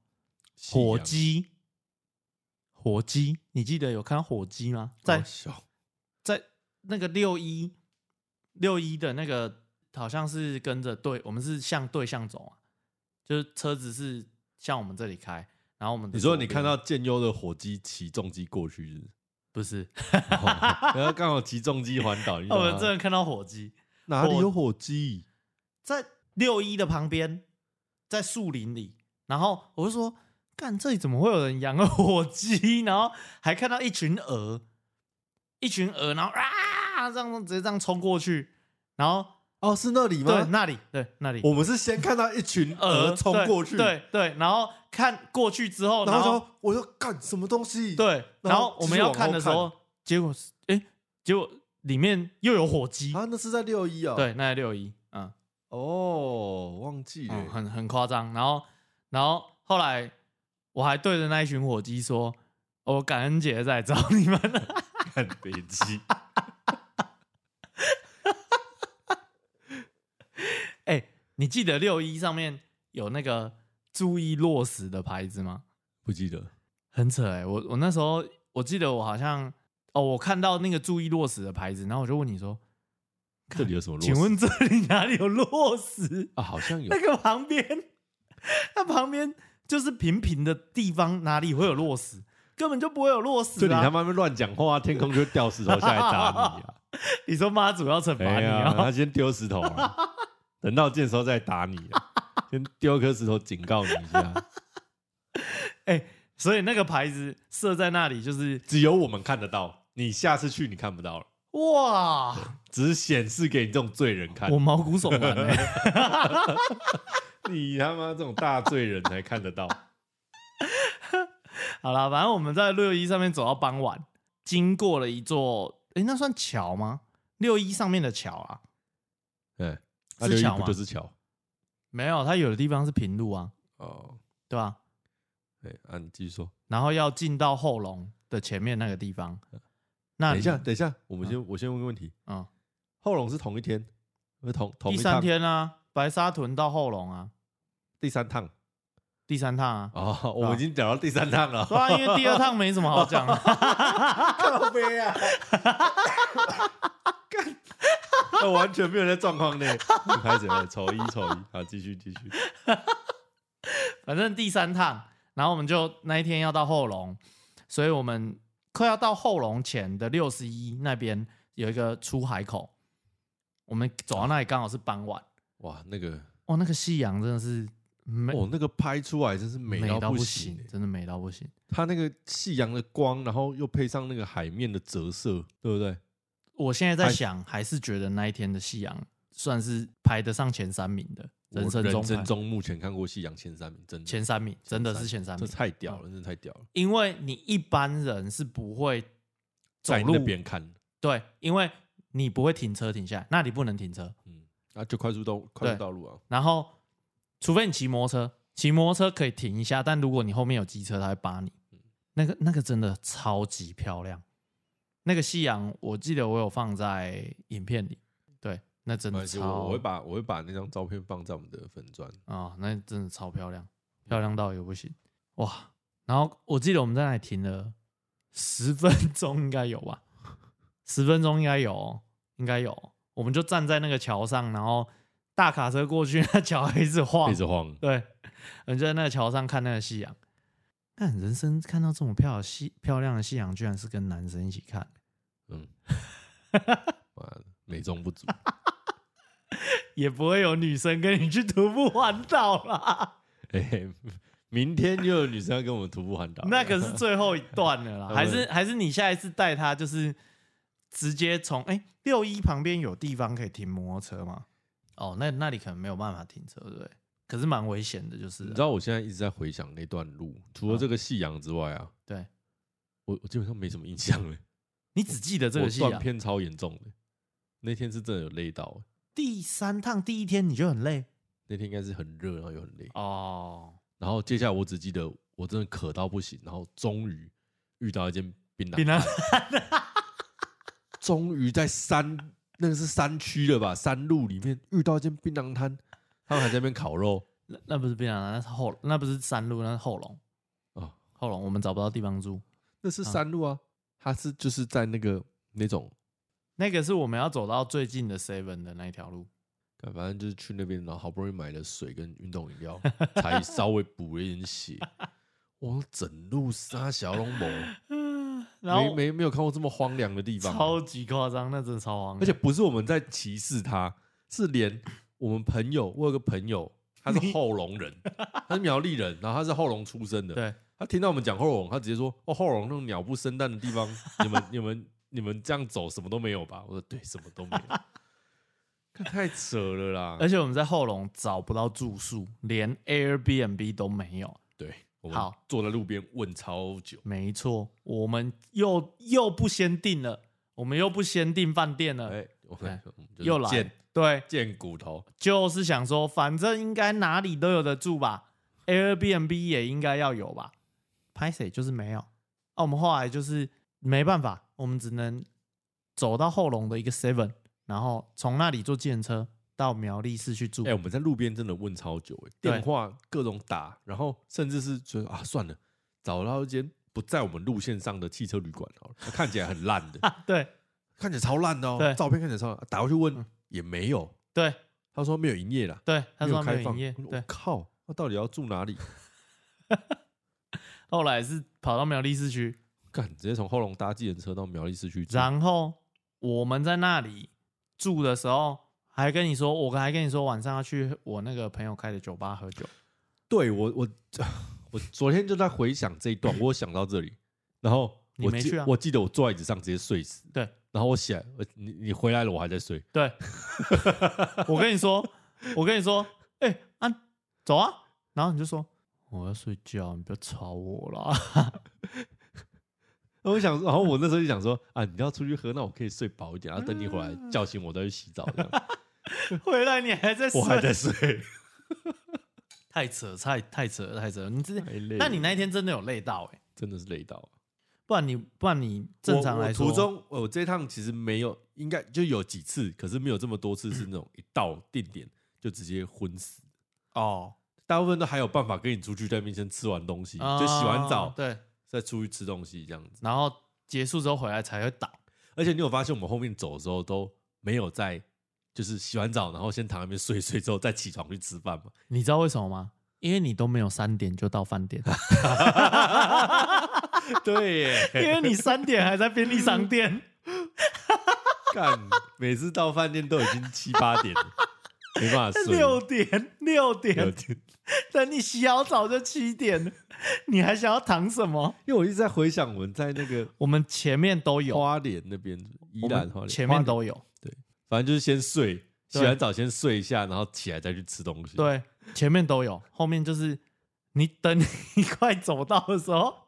Speaker 2: 夕
Speaker 1: 火
Speaker 2: 阳
Speaker 1: 鸡，火鸡，你记得有看到火鸡吗？在
Speaker 2: 好小
Speaker 1: 在那个六一六一的那个，好像是跟着对，我们是向对向走啊，就是车子是向我们这里开，然后我们的
Speaker 2: 你说
Speaker 1: 左
Speaker 2: 你
Speaker 1: 边
Speaker 2: 看到建优的火鸡骑重机过去是不是，
Speaker 1: 不是？
Speaker 2: 然后刚好骑重机环 岛，你啊
Speaker 1: 我
Speaker 2: 懂
Speaker 1: 们
Speaker 2: 吗
Speaker 1: 真的看到火鸡
Speaker 2: 哪里有火鸡？
Speaker 1: 在六一的旁边，在树林里，然后我就说。干这里怎么会有人养个火鸡？ 然后还看到一群鹅，一群鹅，然后啊，这样直接这样冲过去，然后
Speaker 2: 哦，是那里
Speaker 1: 对
Speaker 2: 吗？
Speaker 1: 那里对那里，
Speaker 2: 我们是先看到一群 鹅冲过去，
Speaker 1: 对对，对然后看过去之后，
Speaker 2: 然
Speaker 1: 然
Speaker 2: 后就我就干什么东西？，
Speaker 1: 对，然
Speaker 2: 然后
Speaker 1: 后我们要看的时
Speaker 2: 继续
Speaker 1: 候，结
Speaker 2: 往
Speaker 1: 果是哎，结果里面又有火鸡，
Speaker 2: 啊，那是在六一啊。，
Speaker 1: 对，那六一，嗯，
Speaker 2: 哦，忘记
Speaker 1: 嗯
Speaker 2: 了，
Speaker 1: 很很夸张。然后然后后来我还对着那一群火鸡说：“我感恩节再找你们。
Speaker 2: 看北 极。”
Speaker 1: 哎，你记得六一上面有那个注意落实的牌子吗？
Speaker 2: 不记得，
Speaker 1: 很扯哎、我我那时候我记得我好像哦，我看到那个注意落实的牌子，然后我就问你说。
Speaker 2: 这里有什么落实？
Speaker 1: 请问这里哪里有落石？
Speaker 2: 啊，好像有
Speaker 1: 那个旁边，那旁边就是平平的地方，哪里会有落石？根本就不会有落石
Speaker 5: 就你他
Speaker 1: 啊！
Speaker 5: 妈乱讲话，天空就掉石头下来砸你 啊！
Speaker 1: 你说妈祖要惩罚
Speaker 5: 哎
Speaker 1: 你
Speaker 5: 呀，
Speaker 1: 啊？
Speaker 5: 他先丢石头啊，等到见的时候再打你啊，先丢颗石头警告你一下。
Speaker 1: 所以那个牌子设在那里，就是
Speaker 5: 只有我们看得到，你下次去你看不到了，
Speaker 1: 哇，
Speaker 5: 只显示给你这种罪人看
Speaker 1: 我。毛骨悚然 欸
Speaker 5: 你他妈这种大罪人才看得 到。
Speaker 1: 好啦，反正我们在六一上面走到傍晚，经过了一座，诶，那算桥吗？六一上面的桥啊，
Speaker 2: 哎，
Speaker 1: 是
Speaker 2: 啊六一
Speaker 1: 桥
Speaker 2: 不
Speaker 1: 吗
Speaker 2: 就是桥？
Speaker 1: 没有，它有的地方是平路啊，
Speaker 2: 哦，
Speaker 1: 对吧、
Speaker 2: 哎，啊，你继续说。
Speaker 1: 然后要进到后龙的前面那个地方。那
Speaker 2: 等
Speaker 1: 你啊
Speaker 2: 一下，，等一下，我们先我先问个问题：
Speaker 1: 嗯，
Speaker 2: 后龙是同一天，不是同同
Speaker 1: 第
Speaker 2: 一
Speaker 1: 三
Speaker 2: 趟？
Speaker 1: 天啊，白沙屯到后龙啊，
Speaker 2: 第三趟
Speaker 1: 第三趟啊，
Speaker 2: 哦，我们已经讲到第三 趟了。
Speaker 1: 对啊，因为第二趟没什么好讲啊的。
Speaker 2: 靠背 啊！
Speaker 5: 那完全没有在状况内， 你开始了，丑一丑一，好，继续继续。
Speaker 1: 反正第三趟，然后我们就那一天要到后龙，所以我们快要到后龙前的六十一那边有一个出海口，我们走到那里刚好是傍晚，
Speaker 2: 哇，那个
Speaker 1: 哇，那个夕阳真的是美
Speaker 2: 哦，那个拍出来真是美
Speaker 1: 美
Speaker 2: 到
Speaker 1: 不
Speaker 2: 行欸
Speaker 1: 真的美到不行。
Speaker 2: 它那个夕阳的光，然后又配上那个海面的折射，对不对？
Speaker 1: 我现在在
Speaker 2: 还
Speaker 1: 想，还是觉得那一天的夕阳算是排得上前三名的，人生中
Speaker 2: 我人
Speaker 1: 排
Speaker 2: 生中目前看过夕阳前三名，真的
Speaker 1: 前三名，真的是前三
Speaker 2: 这
Speaker 1: 名。嗯
Speaker 2: 太屌了，真的太屌了，
Speaker 1: 因为你一般人是不会走
Speaker 2: 在
Speaker 1: 路
Speaker 2: 那，边看，
Speaker 1: 对，因为你不会停车停下来，那里不能停车。
Speaker 2: 嗯，啊，就快速道快
Speaker 1: 对
Speaker 2: 速道路啊，
Speaker 1: 然后，除非你骑摩托车，骑摩托车可以停一下，但如果你后面有机车，它会扒你。
Speaker 2: 嗯
Speaker 1: 那个那个真的超级漂亮，那个夕阳，我记得我有放在影片里，对，那真
Speaker 2: 没
Speaker 1: 的
Speaker 2: 关系，
Speaker 1: 超。
Speaker 2: 我我会把我会把那张照片放在我们的粉砖，
Speaker 1: 啊、那真的超漂亮，漂亮到也不行哇！然后我记得我们在那里停了十分钟，应该有吧？十分钟应该有哦，应该有哦。我们就站在那个桥上，然后大卡车过去， 那桥还一直晃，
Speaker 2: 一直晃，
Speaker 1: 对，我们就在那个桥上看那个夕阳。看人生看到这么漂亮夕漂亮的夕阳，居然是跟男生一起看，
Speaker 2: 嗯，妈的，美中不足，
Speaker 1: 也不会有女生跟你去徒步环岛啦。
Speaker 2: 嘿嘿，
Speaker 5: 明天又有女生要跟我们徒步环岛，
Speaker 1: 那个是最后一段了 啦，
Speaker 5: 嗯
Speaker 1: 还是还是你下一次带他就是直接从哎六一旁边有地方可以停摩托车吗？哦，那那里可能没有办法停车，对不对？可是蛮危险的，就是
Speaker 2: 你
Speaker 1: 啊
Speaker 2: 知道我现在一直在回想那段路，除了这个夕阳之外啊，
Speaker 1: 对
Speaker 2: 我我基本上没什么印象了，
Speaker 1: 你只记得这
Speaker 2: 我
Speaker 1: 个戏啊
Speaker 2: 断。片超严重的，那天是真的有累到欸，
Speaker 1: 第三趟第一天你就很累
Speaker 2: 那天应该是很热，然后又很累，
Speaker 1: 哦，
Speaker 2: 然后接下来我只记得我真的渴到不行，然后终于遇到一间槟榔
Speaker 1: 比，南
Speaker 2: 终于在山那个是山区了吧？山路里面遇到一间槟榔摊，他们还在那边烤肉
Speaker 1: 那那不是槟榔啊，那是后，那不是山路，那是后龙。
Speaker 2: 哦，
Speaker 1: 后龙我们找不到地方住，
Speaker 2: 那
Speaker 1: 嗯
Speaker 2: 是山路啊，他是就是在那个那种，
Speaker 1: 那个是我们要走到最近的 Seven 的那一条路。
Speaker 2: 干反正就是去那边，然后好不容易买了水跟运动饮料，才稍微补了一点 血。我整路杀小龙某，
Speaker 1: 然后
Speaker 2: 没没没有看过这么荒凉的地方啊，
Speaker 1: 超级夸张，那真的超荒
Speaker 2: 而
Speaker 1: 凉。
Speaker 2: 且不是我们在歧视他，是连我们朋友，我有个朋友，他是后龙人，他是苗栗人，然后他是后龙出生的。
Speaker 1: 对，
Speaker 2: 他听到我们讲后龙，他直接说：“哦，后龙那种鸟不生蛋的地方，你们、你们、你们这样走什么都没有吧？”我说：“对，什么都没有。”看太扯了啦！
Speaker 1: 而且我们在后龙找不到住宿，连 Airbnb 都没有。
Speaker 2: 对，我们
Speaker 1: 好
Speaker 2: 坐在路边问超久，
Speaker 1: 没错，我们又又不先订了，我们又不先订饭店了，
Speaker 2: 哎，我们
Speaker 1: 哎
Speaker 2: 我们就是
Speaker 1: 又来
Speaker 2: 贱。
Speaker 1: 对，
Speaker 2: 贱骨头，
Speaker 1: 就是想说，反正应该哪里都有得住吧，Airbnb 也应该要有吧。拍谁就是没有。啊，我们后来就是没办法，我们只能走到后龙的一个 Seven，然后从那里坐电车到苗栗市去住。
Speaker 2: 哎、我们在路边真的问超久、哎，
Speaker 1: 对
Speaker 2: 电话各种打，然后甚至是觉得啊，算了，找到一间不在我们路线上的汽车旅馆好了，看起来很烂 的，
Speaker 1: 啊， 对
Speaker 2: 看起来超烂的哦
Speaker 1: 对，
Speaker 2: 照片看起来超烂，打过去问、
Speaker 1: 嗯
Speaker 2: 也没有，
Speaker 1: 对
Speaker 2: 他说没有营业啦，
Speaker 1: 对，他说他
Speaker 2: 开
Speaker 1: 没有
Speaker 2: 放，
Speaker 1: 营业。
Speaker 2: 我说
Speaker 1: 对
Speaker 2: 我，靠，那到底要住哪里？
Speaker 1: 后来是跑到苗栗市区，
Speaker 2: 干，直接从后龙搭计程车到苗栗市区住，
Speaker 1: 然后我们在那里住的时候，还跟你说，我还跟你说晚上要去我那个朋友开的酒吧喝酒。
Speaker 2: 对我我我昨天就在回想这一段，我有想到这里，然后
Speaker 1: 你
Speaker 2: 我
Speaker 1: 没
Speaker 2: 记
Speaker 1: 去啊
Speaker 2: 我记得我坐在椅子上直接睡死，
Speaker 1: 对，
Speaker 2: 然后我起来，我你你回来了，我还在睡。
Speaker 1: 对，我跟你说，我跟你说，哎、啊，走啊！然后你就说我要睡觉，你不要吵我啦。
Speaker 2: 然后我想，然后我那时候就想说啊，你要出去喝，那我可以睡饱一点，然后等你回来
Speaker 1: 嗯
Speaker 2: 叫醒我再去洗澡。这样
Speaker 1: 回来你还在睡，
Speaker 2: 我还在睡，
Speaker 1: 太扯，太太扯了，太扯了。你之前，
Speaker 2: 太累了
Speaker 1: 那你那一天真的有累到哎、
Speaker 2: 真的是累到。
Speaker 1: 不然你不然你正常来说，
Speaker 2: 我我途中呃我这一趟其实没有，应该就有几次，可是没有这么多次是那种一到定点就直接昏死。
Speaker 1: 哦，
Speaker 2: 大部分都还有办法跟你出去在面前吃完东西，就洗完
Speaker 1: 哦
Speaker 2: 澡
Speaker 1: 对，
Speaker 2: 再出去吃东西这样子。
Speaker 1: 然后结束之后回来才会倒。
Speaker 2: 而且你有发现我们后面走的时候都没有在，就是洗完澡然后先躺在那边睡一睡之后再起床去吃饭嘛。
Speaker 1: 你知道为什么吗？因为你都没有三点就到饭 店，
Speaker 2: 对耶，
Speaker 1: 因为你三点还在便利商 店。
Speaker 2: 干，每次到饭店都已经七八点了，没办法睡。
Speaker 1: 六点，六
Speaker 2: 六
Speaker 1: 点，
Speaker 2: 点
Speaker 1: 等你洗好澡就七点了，你还想要躺什么？
Speaker 2: 因为我一直在回想我们在那个
Speaker 1: 我们前面都有，
Speaker 2: 花莲那边，宜
Speaker 1: 我
Speaker 2: 兰
Speaker 1: 们
Speaker 2: 花莲
Speaker 1: 前面，
Speaker 2: 花莲
Speaker 1: 都有，
Speaker 2: 反正就是先睡，洗
Speaker 1: 对
Speaker 2: 完澡先睡一下，然后起来再去吃东西。，
Speaker 1: 对，前面都有，后面就是你 等你快走到的时候，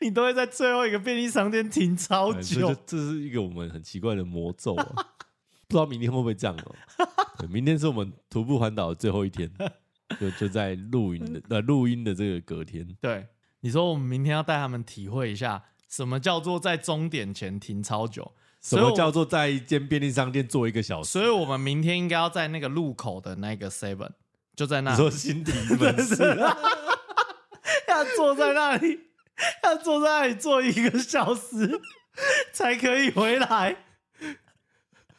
Speaker 1: 你都会在最后一个便利商店停超
Speaker 2: 反哎正就
Speaker 1: 久。
Speaker 2: 这是一个我们很奇怪的魔咒啊， 不知道明天会不会这样哦、对明天是我们徒步环岛的最后一天，就就在录音的呃录音的这个隔天，
Speaker 1: 对，你说我们明天要带他们体会一下什么叫做在终点前停超久，
Speaker 2: 什
Speaker 1: 所以
Speaker 2: 么
Speaker 1: 我
Speaker 2: 叫做在一间便利商店坐一个小时？
Speaker 1: 所以我们明天应该要在那个路口的那个 Seven，就在那
Speaker 2: 你
Speaker 1: 里。
Speaker 2: 说新体门市
Speaker 1: 要坐在那里，要坐在那里坐一个小时才可以回来。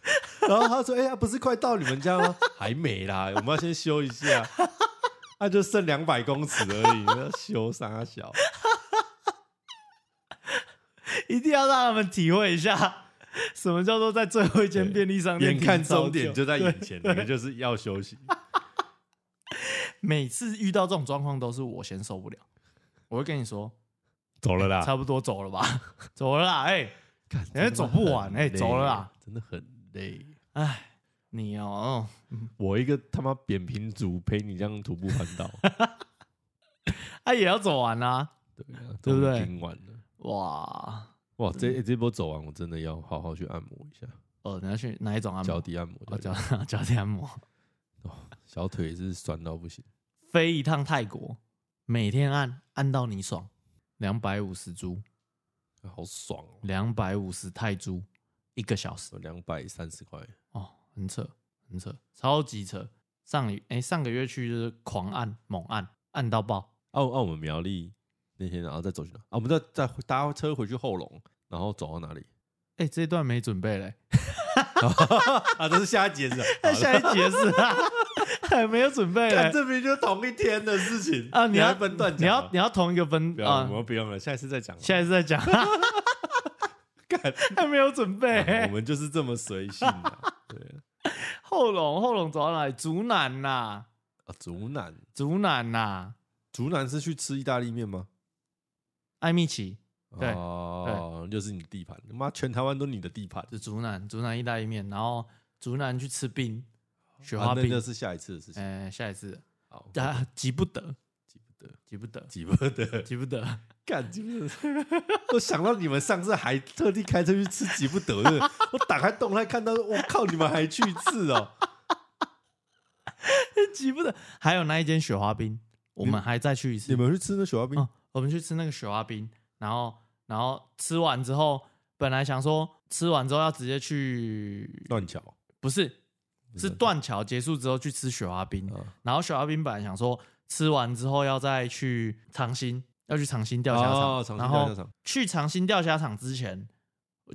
Speaker 2: 然后他说：“哎、呀，不是快到你们家吗？ 还没啦，我们要先修一下。 那、就剩两百公尺而已，要修 啥小？
Speaker 1: 一定要让他们体会一下什么叫做在最后一间
Speaker 2: 对
Speaker 1: 便利商店
Speaker 2: 眼看
Speaker 1: 停超
Speaker 2: 终点
Speaker 1: 久
Speaker 2: 就在眼
Speaker 1: 对
Speaker 2: 前，你们就是要 休息。
Speaker 1: 每次遇到这种状况，都是我先受不了。我会跟你说，
Speaker 2: 走了啦，
Speaker 1: 差不多走了吧， 走了啦，哎、
Speaker 2: 看
Speaker 1: 人家走不完哎走了啦，
Speaker 2: 真的很累。
Speaker 1: 哎，你哦，
Speaker 2: 我一个他妈扁平足陪你这样徒步环 岛，
Speaker 1: 啊也要走完啦、
Speaker 2: 对啊，
Speaker 1: 对不对嗯
Speaker 2: 终于挺晚了。
Speaker 1: 哇，
Speaker 2: 哇，这、欸这波走完，我真的要好好去按摩一下
Speaker 1: 哦，你要去哪一种按摩？
Speaker 2: 脚底按摩，
Speaker 1: 哦，
Speaker 2: 脚
Speaker 1: 脚
Speaker 2: 底
Speaker 1: 脚底按摩。
Speaker 2: 哦小腿是酸到不行。
Speaker 1: 飞一趟泰国，每天按按到你爽，两百五十株，
Speaker 2: 好爽哦、
Speaker 1: 两百五十泰铢，一个小时，
Speaker 2: 两百三十块，
Speaker 1: 哦很扯，很扯，超级扯。上哎、上个月去就是狂按猛按，按到爆。
Speaker 6: 啊，我啊，我们苗栗那天，然后再走去哪？啊，我们再再搭车回去后龙，然后走到哪里？
Speaker 1: 哎、这一段没准备嘞、
Speaker 2: 啊，这是下一 节是吧
Speaker 1: 那下一节是 啊，还没有准备嘞
Speaker 2: 看。这明明就同一天的事情
Speaker 1: 啊，
Speaker 2: 你
Speaker 1: 要
Speaker 2: 还分段
Speaker 1: 你
Speaker 2: 讲啊
Speaker 1: 要你要同一个分
Speaker 2: 不要，
Speaker 1: 啊
Speaker 2: 我，们不用了，下一次再讲啊。
Speaker 1: 下一次再讲，
Speaker 2: 干
Speaker 1: 还没有准备、
Speaker 2: 啊我们就是这么随性啊。对
Speaker 1: 后龙后龙走到哪里？竹南呐、
Speaker 2: 啊，竹南，
Speaker 1: 竹南呐、
Speaker 2: 竹南是去吃意大利面吗？
Speaker 1: 艾米奇对
Speaker 2: 哦，就是你地盘，妈全台湾都你的地盘，
Speaker 1: 就竹南竹南意大利面，然后竹南去吃冰，雪
Speaker 2: 啊
Speaker 1: 花
Speaker 2: 那
Speaker 1: 冰
Speaker 2: 就。是下一次的事情。
Speaker 1: 哎、下一次
Speaker 2: 好，
Speaker 1: 啊，急不得，
Speaker 2: 记不得，
Speaker 1: 急不得，
Speaker 2: 记不得，
Speaker 1: 急不得。
Speaker 2: 干记不得。我想到你们上次还特地开车去吃吉不得的，我打开动态看到，我靠，你们还去一次哦！
Speaker 1: 急不得。还有那一间雪花冰，我们还再去一次。
Speaker 2: 你们去吃那雪花冰
Speaker 1: 嗯，我们去吃那个雪花冰，然后然后吃完之后，本来想说吃完之后要直接去，
Speaker 2: 断桥，
Speaker 1: 不是，是断桥结束之后去吃雪花
Speaker 2: 嗯
Speaker 1: 冰。然后雪花冰本来想说吃完之后要再去长兴，要去长兴钓虾场，
Speaker 2: 哦长兴
Speaker 1: 然
Speaker 2: 钓虾
Speaker 1: 后
Speaker 2: 场
Speaker 1: 去长兴钓虾场之前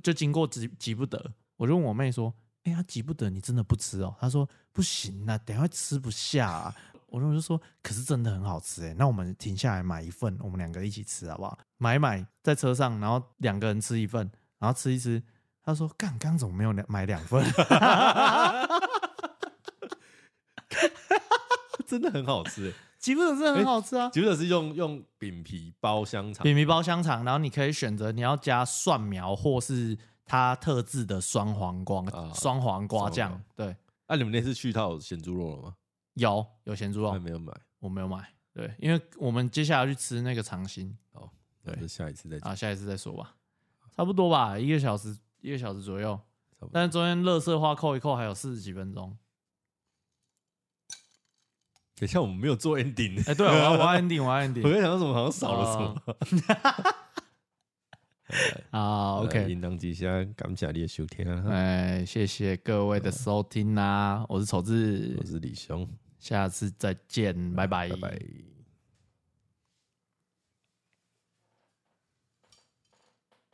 Speaker 1: 就经过急急不得，我就问我妹说：“哎、呀，急不得，你真的不吃哦？”她说：“不行啊，等一下吃不下、啊。”我就说：“可是真的很好吃哎、那我们停下来买一份，我们两个一起吃好不好？买一买在车上，然后两个人吃一份，然后吃一吃。”她说：“干，刚怎么没有两买两份？”
Speaker 2: 真的很好吃欸。
Speaker 1: 吉不得真的很好吃啊！
Speaker 2: 吉不得是用用饼皮包香肠，
Speaker 1: 饼皮包香肠，然后你可以选择你要加蒜苗或是它特制的酸黄瓜、
Speaker 2: 啊
Speaker 1: 酸黄瓜
Speaker 2: 酸黄
Speaker 1: 酱。对，
Speaker 2: 啊，你们那次去他有咸猪肉了吗？
Speaker 1: 有有咸猪
Speaker 2: 还
Speaker 1: 肉，
Speaker 2: 没有买，
Speaker 1: 我没有买。对，因为我们接下来要去吃那个长心
Speaker 2: 那就下一次再讲。
Speaker 1: 啊，下一次再说吧，差不多吧，一个小时一个小时左右
Speaker 2: 差不多。
Speaker 1: 但是中间乐色话扣一扣，还有四十几分钟。
Speaker 2: 等一下我们没有做 ending，
Speaker 1: 哎、对、啊，我要我要 ending，我要
Speaker 2: 我
Speaker 1: ending
Speaker 2: 在想什么好像少了什么。
Speaker 1: 啊
Speaker 2: 呃
Speaker 1: ，OK，
Speaker 2: 应当之下感谢你的收听啊，
Speaker 1: 哎、谢谢各位的收啊听啦、我是丑志
Speaker 2: 我，是李雄，
Speaker 1: 下次再见，拜拜，
Speaker 2: 拜拜。